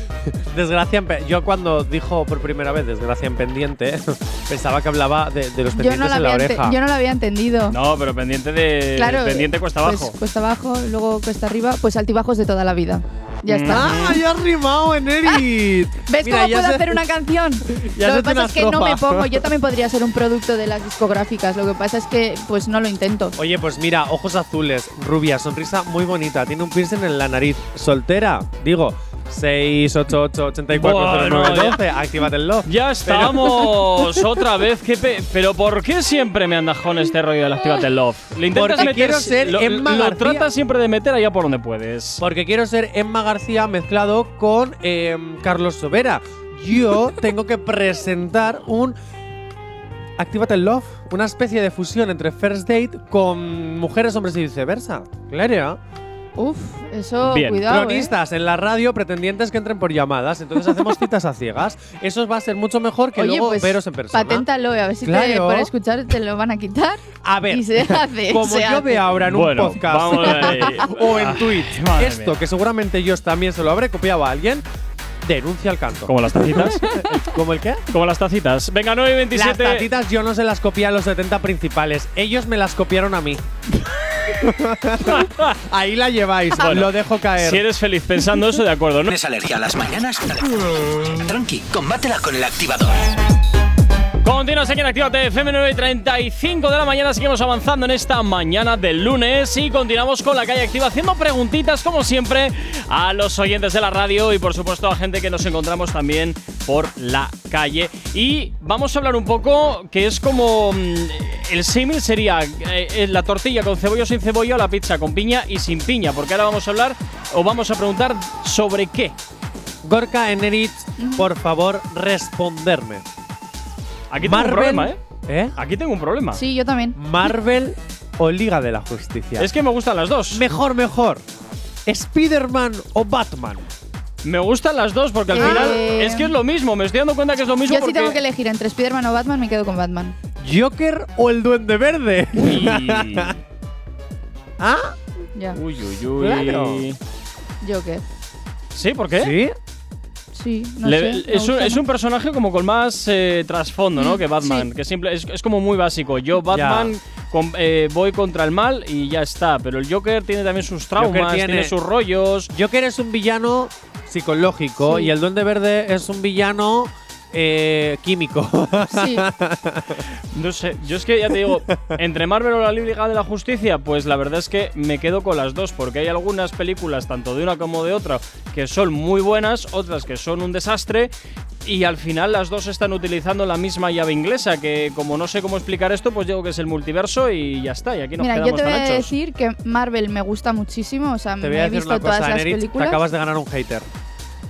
S4: Desgracia en pe- Yo cuando dijo por primera vez desgracia en pendiente, pensaba que hablaba de, de los
S5: yo,
S4: pendientes
S5: no lo
S4: en la
S5: había ente-
S4: oreja. eh,
S5: yo no lo había entendido.
S3: No, pero pendiente de.
S5: Claro,
S3: pendiente cuesta
S5: pues
S3: abajo.
S5: cuesta abajo, luego cuesta arriba, pues altibajos de toda la vida. Ya está.
S4: ¡Ah! ¡Ya has rimado en Eric!
S5: ¿Ves
S4: Mira,
S5: cómo
S4: ya
S5: puedo
S4: se-
S5: hacer una canción?
S4: Ya
S5: lo
S4: se hace
S5: que pasa
S4: una
S5: es que no me
S4: estrofa.
S5: pongo. Yo también podría ser un producto de las discográficas. Lo que pasa es que pues no lo intento.
S4: Oye, pues mira, ojos azules, rubia, sonrisa muy bonita, tiene un piercing en la nariz, soltera, digo, 6, 8, 8, 84,
S3: Bueno,
S4: 09,
S3: ya-
S4: 12, actívate el love.
S3: Ya estamos otra vez. Que pe- pero ¿por qué siempre me andas con este rollo del Activate Love? Le intentas
S4: Porque
S3: meter-
S4: quiero ser
S3: lo,
S4: Emma
S3: lo
S4: García.
S3: tratas siempre de meter allá por donde puedes.
S4: Porque quiero ser Emma García mezclado con em, Carlos Sobera. Yo tengo que presentar un Actívate el Love, una especie de fusión entre First Date con mujeres, hombres y viceversa. Claro.
S5: Uf, eso,
S3: Bien.
S5: cuidado. ¿eh?
S4: Cronistas en la radio, pretendientes que entren por llamadas. Entonces hacemos citas a ciegas. Eso va a ser mucho mejor que
S5: Oye,
S4: luego
S5: pues
S4: veros en persona.
S5: paténtalo, a ver si te,
S4: Claro.
S5: por escuchar te lo van a quitar.
S4: A ver,
S5: Y se hace,
S4: como
S5: se
S4: yo
S5: hace.
S4: veo ahora en un
S3: Bueno,
S4: podcast
S3: vamos ahí.
S4: o en Twitch
S3: Madre
S4: esto,
S3: mía.
S4: que seguramente yo también se lo habré copiado a alguien, denuncia al canto.
S3: Como las tacitas.
S4: ¿Cómo el qué?
S3: Como las tacitas. Venga, 9 y
S4: Las
S3: 27.
S4: tatitas yo no se las copié a los 70 principales. Ellos me las copiaron a mí. Ahí la lleváis,
S3: Bueno,
S4: lo dejo caer.
S3: Si eres feliz pensando eso, de acuerdo, ¿no?
S2: ¿Tienes alergia a las mañanas? Tranqui, combátela con el activador.
S3: Continuas aquí en Actívate FM 9 y 35 de la mañana. Seguimos avanzando en esta mañana del lunes y continuamos con la calle activa haciendo preguntitas, como siempre, a los oyentes de la radio y, por supuesto, a gente que nos encontramos también por la calle. Y vamos a hablar un poco que es como. mm, el símil sería eh, eh, la tortilla con cebolla o sin cebolla, o la pizza con piña y sin piña, porque ahora vamos a hablar o vamos a preguntar sobre qué.
S4: Gorka Eneritz, por favor, responderme.
S3: Aquí tengo un problema, ¿eh?
S4: ¿Eh?
S3: Aquí tengo un problema.
S5: Sí, yo también.
S4: Marvel o Liga de la Justicia.
S3: Es que me gustan las dos.
S4: mejor, mejor. Spider-Man o Batman.
S3: Me gustan las dos porque al
S5: Eh.
S3: final es que es lo mismo. Me estoy dando cuenta que es lo mismo
S5: Yo sí
S3: porque.
S5: tengo que elegir entre Spider-Man o Batman, me quedo con Batman.
S4: Joker o el Duende Verde. ¿Ah?
S5: Ya,
S3: Uy, uy, uy.
S4: Claro.
S5: Joker.
S3: Sí, ¿por qué?
S4: ¿Sí?
S5: Sí, no
S3: Le-
S5: sé. me
S3: es, un,
S5: gusta
S3: es
S5: más.
S3: un personaje como con más eh, trasfondo, ¿no? Que Batman.
S5: Sí.
S3: Que simple, es, es como muy básico. Yo, Batman, con- eh, voy contra el mal y ya está. Pero el Joker tiene también sus
S4: Joker
S3: traumas, tiene,
S4: tiene-
S3: sus rollos.
S4: Joker es un villano psicológico
S3: Sí.
S4: y el Duende Verde es un villano eh, químico.
S3: Sí. No sé, yo es que ya te digo, entre Marvel o la Liga de la Justicia, pues la verdad es que me quedo con las dos, porque hay algunas películas, tanto de una como de otra, que son muy buenas, otras que son un desastre, y al final las dos están utilizando la misma llave inglesa, que como no sé cómo explicar esto, pues digo que es el multiverso y ya está, y aquí nos
S5: Mira, yo
S3: quedamos
S5: te voy
S3: tan
S5: a
S3: anchos.
S5: decir que Marvel me gusta muchísimo, o sea,
S4: Te voy a
S5: me Mm, he
S4: decir
S5: visto
S4: una
S5: todas
S4: cosa,
S5: las
S4: Nerit, te
S5: películas.
S4: acabas de ganar un hater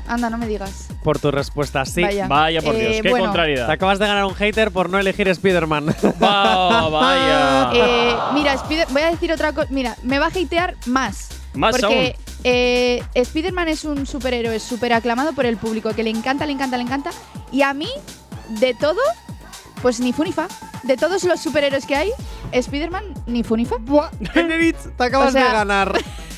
S5: Anda, no me digas.
S4: por tu respuesta. Sí,
S5: Vaya. Vaya, por Dios, Eh, qué bueno. contrariedad.
S4: Te acabas de ganar un hater por no elegir Spider-Man.
S3: vaya.
S5: Eh, mira, Spider- voy a decir otra cosa. Mira, me va a hatear más.
S3: Más
S5: porque eh, Spider-Man es un superhéroe súper aclamado por el público, que le encanta, le encanta, le encanta. Y a mí, de todo, pues ni Funifa. De todos los superhéroes que hay, Spider-Man ni Funifa.
S4: te acabas de ganar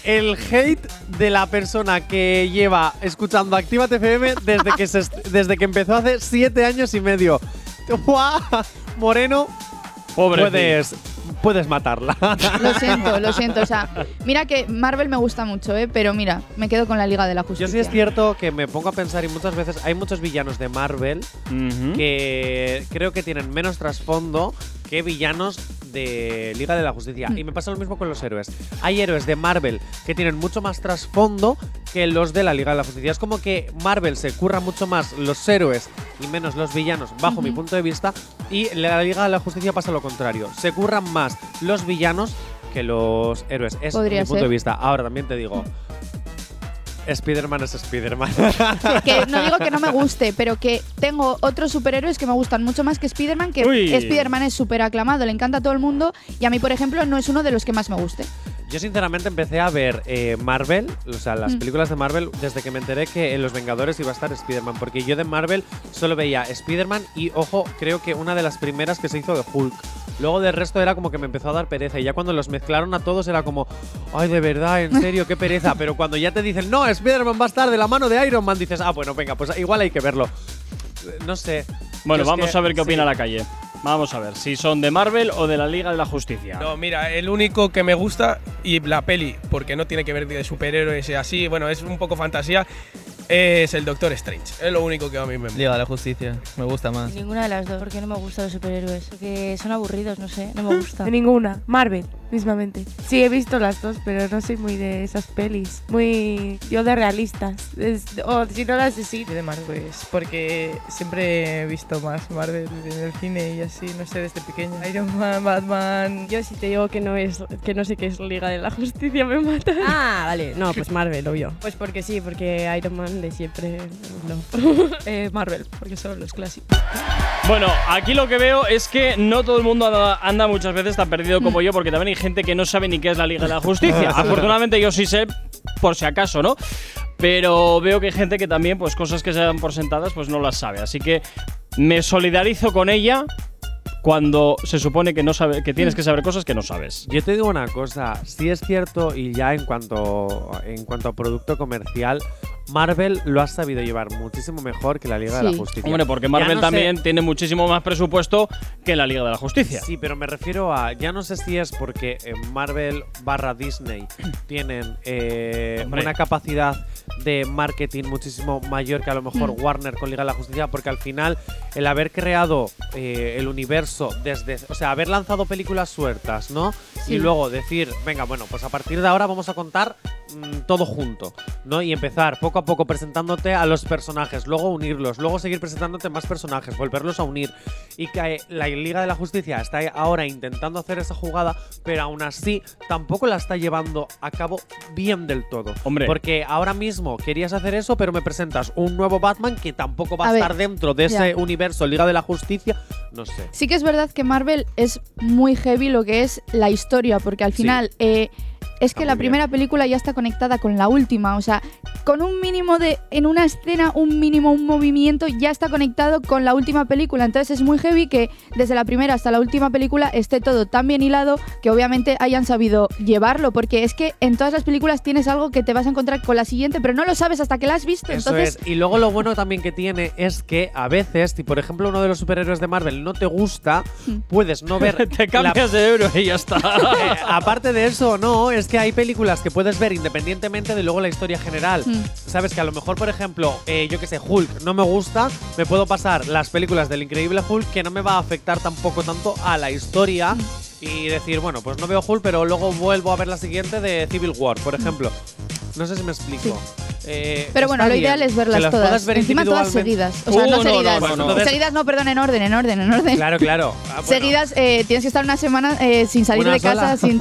S4: el hate de la persona que lleva escuchando Activa FM desde que, se est- desde que empezó hace siete años y medio. ¡Guau! Moreno,
S3: Pobre
S4: puedes, puedes matarla.
S5: Lo siento, lo siento. O sea, mira que Marvel me gusta mucho, ¿eh? Pero mira, me quedo con la Liga de la Justicia.
S4: Yo sí es cierto que me pongo a pensar y muchas veces hay muchos villanos de Marvel que creo que tienen menos trasfondo que villanos de Liga de la Justicia.
S5: Mm.
S4: Y me pasa lo mismo con los héroes. Hay héroes de Marvel que tienen mucho más trasfondo que los de la Liga de la Justicia. Es como que Marvel se curra mucho más los héroes y menos los villanos, bajo mi punto de vista. Y la Liga de la Justicia pasa lo contrario. Se curran más los villanos que los héroes. Es
S5: Podría
S4: mi punto de
S5: ser.
S4: vista. Ahora también te digo. Spider-Man es Spider-Man.
S5: que no digo que no me guste, pero que tengo otros superhéroes que me gustan mucho más que Spider-Man, que
S4: Uy.
S5: Spider-Man es súper aclamado, le encanta a todo el mundo y a mí, por ejemplo, no es uno de los que más me guste.
S4: Yo sinceramente empecé a ver eh, Marvel, o sea, las
S5: Mm.
S4: películas de Marvel, desde que me enteré que en Los Vengadores iba a estar Spider-Man, porque yo de Marvel solo veía Spider-Man y, ojo, creo que una de las primeras que se hizo de Hulk. Luego del resto era como que me empezó a dar pereza y ya cuando los mezclaron a todos era como, ay, de verdad, en serio, qué pereza. Pero cuando ya te dicen, no, Spider-Man va a estar de la mano de Iron Man, dices, ah, bueno, venga, pues igual hay que verlo. Eh, No sé.
S3: Bueno,
S4: Yo es
S3: vamos
S4: que-
S3: a ver qué opina
S4: sí.
S3: la calle. Vamos a ver si son de Marvel o de la Liga de la Justicia.
S9: No, mira, el único que me gusta y la peli, porque no tiene que ver de superhéroes y así, bueno, es un poco fantasía, es el Doctor Strange. Es lo único que a mí me
S13: Liga de la Justicia, me gusta más.
S12: Ninguna de las dos, porque no me gustan los superhéroes. Porque son aburridos, no sé, no me gusta.
S11: De ninguna. Marvel, mismamente. Sí, he visto las dos, pero no soy muy de esas pelis. Muy. Yo de realistas. Es- o si no las de sí.
S10: Y de Marvel, es porque siempre he visto más Marvel en el cine y así, no sé, desde pequeña. Iron Man, Batman.
S14: Yo si te digo que no es, que no sé qué es Liga de la Justicia, me mata. Ah, vale, no, pues Marvel, obvio. Pues porque sí, porque Iron Man de siempre no.
S10: Eh, Marvel, porque son los clásicos.
S3: Bueno, aquí lo que veo es que no todo el mundo anda, anda muchas veces tan perdido como yo, porque también hay gente que no sabe ni qué es la Liga de la Justicia. Afortunadamente yo sí sé, por si acaso, ¿no? Pero veo que hay gente que también, pues cosas que se dan por sentadas, pues no las sabe. Así que me solidarizo con ella cuando se supone que no sabe, que tienes que saber cosas que no sabes.
S4: Yo te digo una cosa, sí es cierto y ya en cuanto en cuanto a producto comercial, Marvel lo ha sabido llevar muchísimo mejor que la Liga de la
S3: Sí.
S4: Justicia.
S3: Hombre, porque
S4: Ya
S3: Marvel
S4: no sé-
S3: también tiene muchísimo más presupuesto que la Liga de la Justicia.
S4: Sí, pero me refiero a, ya no sé si es porque eh, Marvel barra Disney tienen eh,
S3: Hombre.
S4: una capacidad de marketing muchísimo mayor que a lo mejor
S3: Mm.
S4: Warner con Liga de la Justicia, porque al final el haber creado eh, el universo desde, o sea, haber lanzado películas sueltas, ¿no? Y
S3: Sí.
S4: luego decir, venga, bueno, pues a partir de ahora vamos a contar mm, todo junto, ¿no? Y empezar poco a poco presentándote a los personajes, luego unirlos, luego seguir presentándote más personajes, volverlos a unir. Y que eh, la Liga de la Justicia está ahora intentando hacer esa jugada, pero aún así tampoco la está llevando a cabo bien del todo.
S3: Hombre.
S4: Porque ahora mismo querías hacer eso, pero me presentas un nuevo Batman que tampoco va a,
S5: A ver,
S4: estar dentro de
S5: ya.
S4: ese universo Liga de la Justicia. No sé.
S5: Sí que es verdad que Marvel es muy heavy lo que es la historia, porque al final eh, es que la primera película ya está conectada con la última, o sea, con un mínimo de, en una escena, un mínimo, un movimiento, ya está conectado con la última película. Entonces es muy heavy que desde la primera hasta la última película esté todo tan bien hilado que obviamente hayan sabido llevarlo, porque es que en todas las películas tienes algo que te vas a encontrar con la siguiente, pero no lo sabes hasta que la has visto.
S4: Eso
S5: entonces
S4: es. Y luego lo bueno también que tiene es que a veces, si por ejemplo uno de los superhéroes de Marvel no te gusta,
S5: Hmm.
S4: puedes no ver.
S3: Te cambias de euro y ya está.
S4: Eh, aparte de eso, no, es que hay películas que puedes ver independientemente de luego la historia general.
S5: Mm.
S4: Sabes que a lo mejor, por ejemplo, eh, yo que sé, Hulk no me gusta, me puedo pasar las películas del increíble Hulk que no me va a afectar tampoco tanto a la historia.
S5: Mm.
S4: Y decir, bueno, pues no veo Hulk, pero luego vuelvo a ver la siguiente de Civil War, por ejemplo. No sé si me explico. Eh,
S5: Pero bueno,
S4: está
S5: lo
S4: bien.
S5: ideal es verlas
S4: Que las
S5: todas.
S4: puedas ver
S5: Encima todas
S4: individualmente.
S5: seguidas. O sea,
S4: Uh,
S5: no seguidas.
S4: no, no, no. Entonces-
S5: Seguidas, no, perdón, en orden, en orden, en orden.
S4: Claro, claro. Ah, bueno.
S5: Seguidas, eh, tienes que estar una semana eh, sin salir
S4: Una
S5: de
S4: sola.
S5: casa, sin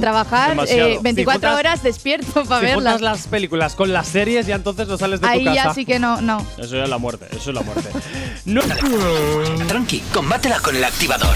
S5: trabajar,
S4: Demasiado.
S5: eh, 24
S4: Si juntas-
S5: horas despierto para
S4: si juntas
S5: verlas.
S4: las películas con las series, ya entonces no sales de
S5: Ahí
S4: tu casa.
S5: ya sí que no, no.
S3: Eso ya es la muerte, eso es la muerte.
S2: Tranqui, combátela con el activador.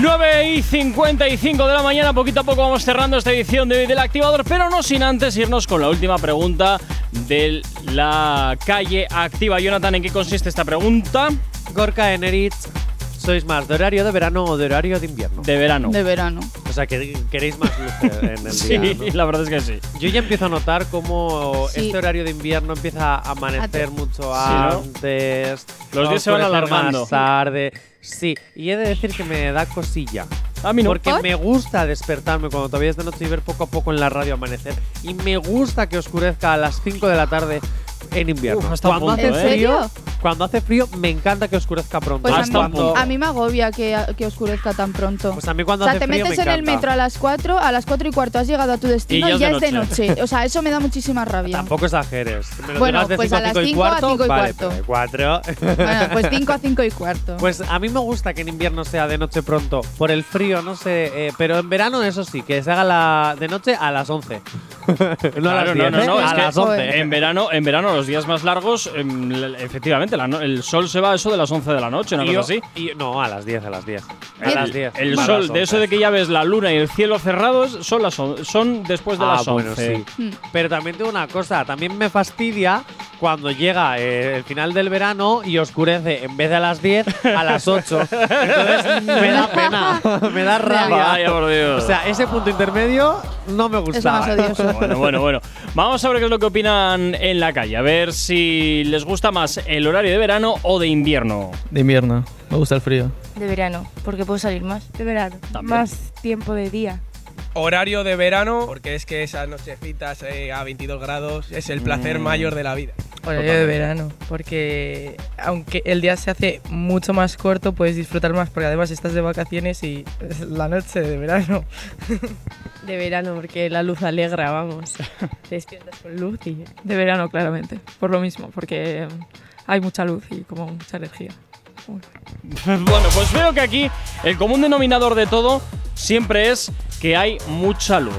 S3: 9 y 55 de la mañana, poquito a poco vamos cerrando esta edición de hoy del activador, pero no sin antes irnos con la última pregunta de la calle activa. Jonathan, ¿en qué consiste esta pregunta?
S4: Gorka Eneritz, ¿sois más de horario de verano o de horario de invierno?
S3: De verano.
S5: De verano.
S4: O sea, que queréis más luz en el
S3: Sí,
S4: día, ¿no?
S3: la verdad es que sí.
S4: Yo ya empiezo a notar cómo
S3: Sí.
S4: este horario de invierno empieza a amanecer
S3: A te-
S4: mucho
S3: ¿no?
S4: antes.
S3: Los días se van
S4: oscurece
S3: alargando.
S4: Más tarde. Sí, y he de decir que me da cosilla.
S3: A mí no.
S4: Porque
S3: ¿Por?
S4: me gusta despertarme cuando todavía es de noche y ver poco a poco en la radio amanecer. Y me gusta que oscurezca a las 5 de la tarde en invierno.
S3: Uf, hasta un
S4: cuando
S3: punto,
S4: hace
S3: ¿eh? Ah,
S4: frío,
S5: ¿En
S4: cuando hace frío, me encanta que oscurezca pronto.
S5: Pues a mí,
S4: Cuando-
S5: a mí me agobia que, que oscurezca tan pronto.
S4: Pues a mí cuando
S5: o sea,
S4: hace
S5: te
S4: frío
S5: metes
S4: me
S5: en el
S4: encanta.
S5: metro a las 4, a las 4 y cuarto has llegado a tu destino
S4: ya
S5: y
S4: es
S5: ya
S4: de
S5: es de
S4: noche.
S5: noche. O sea, eso me da muchísima rabia.
S4: Tampoco exageres. Me lo
S5: Bueno,
S4: digas de
S5: pues
S4: cinco
S5: a las
S4: cinco y
S5: cinco a
S4: cuarto,
S5: cinco y
S4: vale,
S5: cuarto.
S4: pero de cuatro.
S5: Bueno, pues 5 a 5 y cuarto.
S4: Pues a mí me gusta que en invierno sea de noche pronto, por el frío, no sé, eh, pero en verano eso sí, que se haga la de noche a las 11. no a las
S3: Claro, no,
S4: 10,
S3: no, no,
S4: ¿eh?
S3: es
S4: a
S3: que
S4: las 11.
S3: En verano, en verano, los días más largos, em, la- efectivamente, la no- el sol se va a eso de las 11 de la noche, una
S4: Y
S3: cosa
S4: yo-
S3: así.
S4: y- no, a las 10, a las 10. A
S3: El-
S4: las 10.
S3: El
S4: a
S3: sol,
S4: las
S3: de
S4: 11.
S3: eso de que ya ves la luna y el cielo cerrados, son, las on- son después de
S4: Ah,
S3: las 11.
S4: bueno, sí.
S3: Mm.
S4: Pero también tengo una cosa, también me fastidia cuando llega eh, el final del verano y oscurece en vez de a las 10, a las 8. Entonces me da pena, me da rabia.
S3: Vaya por Dios.
S4: O sea, ese punto intermedio no me gusta.
S3: Bueno, bueno, bueno. Vamos a ver qué es lo que opinan en la calle. A ver si les gusta más el horario de verano o de invierno.
S13: De invierno. Me gusta el frío.
S12: De verano, porque puedo salir más.
S11: De verano. Más tiempo de día.
S9: Horario de verano, porque es que esas nochecitas eh, a 22 grados es el placer
S10: Mm.
S9: mayor de la vida.
S10: Horario de verano, porque aunque el día se hace mucho más corto, puedes disfrutar más, porque además estás de vacaciones y es la noche de verano.
S14: De verano, porque la luz alegra, vamos. Te despiertas con luz y
S15: De verano, claramente. Por lo mismo, porque eh, hay mucha luz y como mucha energía. Uy.
S3: bueno, pues veo que aquí el común denominador de todo siempre es que hay mucha luz.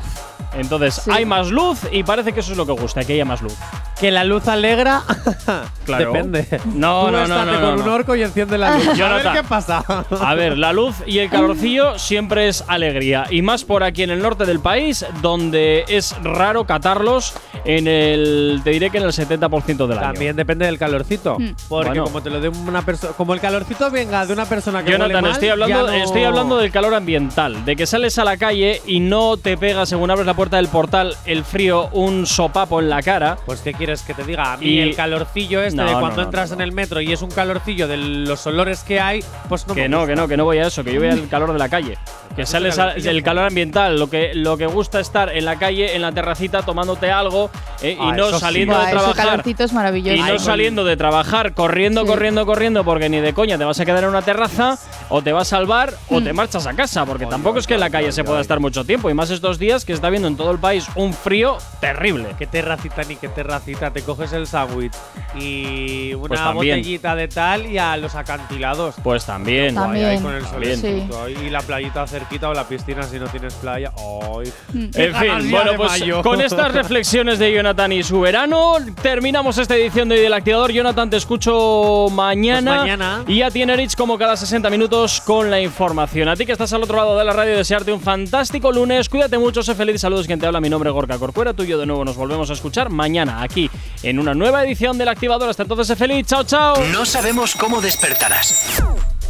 S3: Entonces, hay más luz y parece que eso es lo que gusta, que haya más luz.
S4: Que la luz alegra.
S3: Claro.
S4: Depende.
S3: No, no,
S4: Tú
S3: no,
S4: estate
S3: no,
S4: con
S3: no,
S4: un
S3: no.
S4: orco y enciende la luz. a ver
S3: Jonathan.
S4: qué pasa.
S3: A ver, la luz y el calorcillo siempre es alegría. Y más por aquí en el norte del país, donde es raro catarlos en el. Te diré que en el 70% del año.
S4: También depende del calorcito.
S3: Mm.
S4: Porque
S3: Bueno.
S4: como te lo dé una persona. Como el calorcito venga de una persona que huele
S3: Jonathan,
S4: mal,
S3: estoy hablando,
S4: ya no-
S3: estoy hablando del calor ambiental, de que sales a la calle y no te pega, según abres la puerta del portal, el frío, un sopapo en la cara.
S4: Pues, ¿qué quieres que te diga? A mí
S3: Y-
S4: el calorcillo este
S3: No,
S4: de
S3: no,
S4: cuando
S3: no,
S4: entras en el metro y es un calorcillo de los olores que hay, pues no
S3: que
S4: me
S3: no,
S4: gusta.
S3: que no, que no voy a eso, que yo voy al calor de la calle. Que sales al-
S4: calorcillo,
S3: el
S4: ¿no?
S3: calor ambiental, lo que, lo que gusta estar en la calle, en la terracita, tomándote algo eh,
S4: Ah,
S3: y no
S4: eso sí.
S3: saliendo
S5: Buah,
S3: de
S5: ese
S3: trabajar.
S5: calorcito es maravilloso.
S3: Y no saliendo de trabajar, corriendo, corriendo, corriendo, porque ni de coña te vas a quedar en una terraza, o te vas a salvar, o te marchas a casa, porque tampoco es que en la calle se pueda estar mucho tiempo, y más estos días que está habiendo en todo el país un frío terrible.
S4: Qué terracita ni qué terracita, te coges el sándwich y una
S3: Pues también.
S4: botellita de tal y a los acantilados.
S3: Pues también.
S4: Guay, ahí con el
S3: También.
S4: solecito, ahí, y la playita cerquita. quitado la piscina si no tienes playa. Ay.
S3: En fin, bueno, pues con estas reflexiones de Jonathan y su verano, terminamos esta edición de Hoy del Activador. Jonathan, te escucho mañana.
S4: Pues mañana.
S3: Y a ti, Enerich, como cada 60 minutos con la información. A ti que estás al otro lado de la radio, desearte un fantástico lunes. Cuídate mucho, sé feliz. Saludos, quien te habla. Mi nombre es Gorka Corcuera. Tú y yo de nuevo nos volvemos a escuchar mañana aquí en una nueva edición del Activador. Hasta entonces, sé feliz. Chao, chao.
S2: No sabemos cómo despertarás,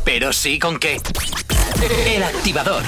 S2: pero sí con qué. El activador.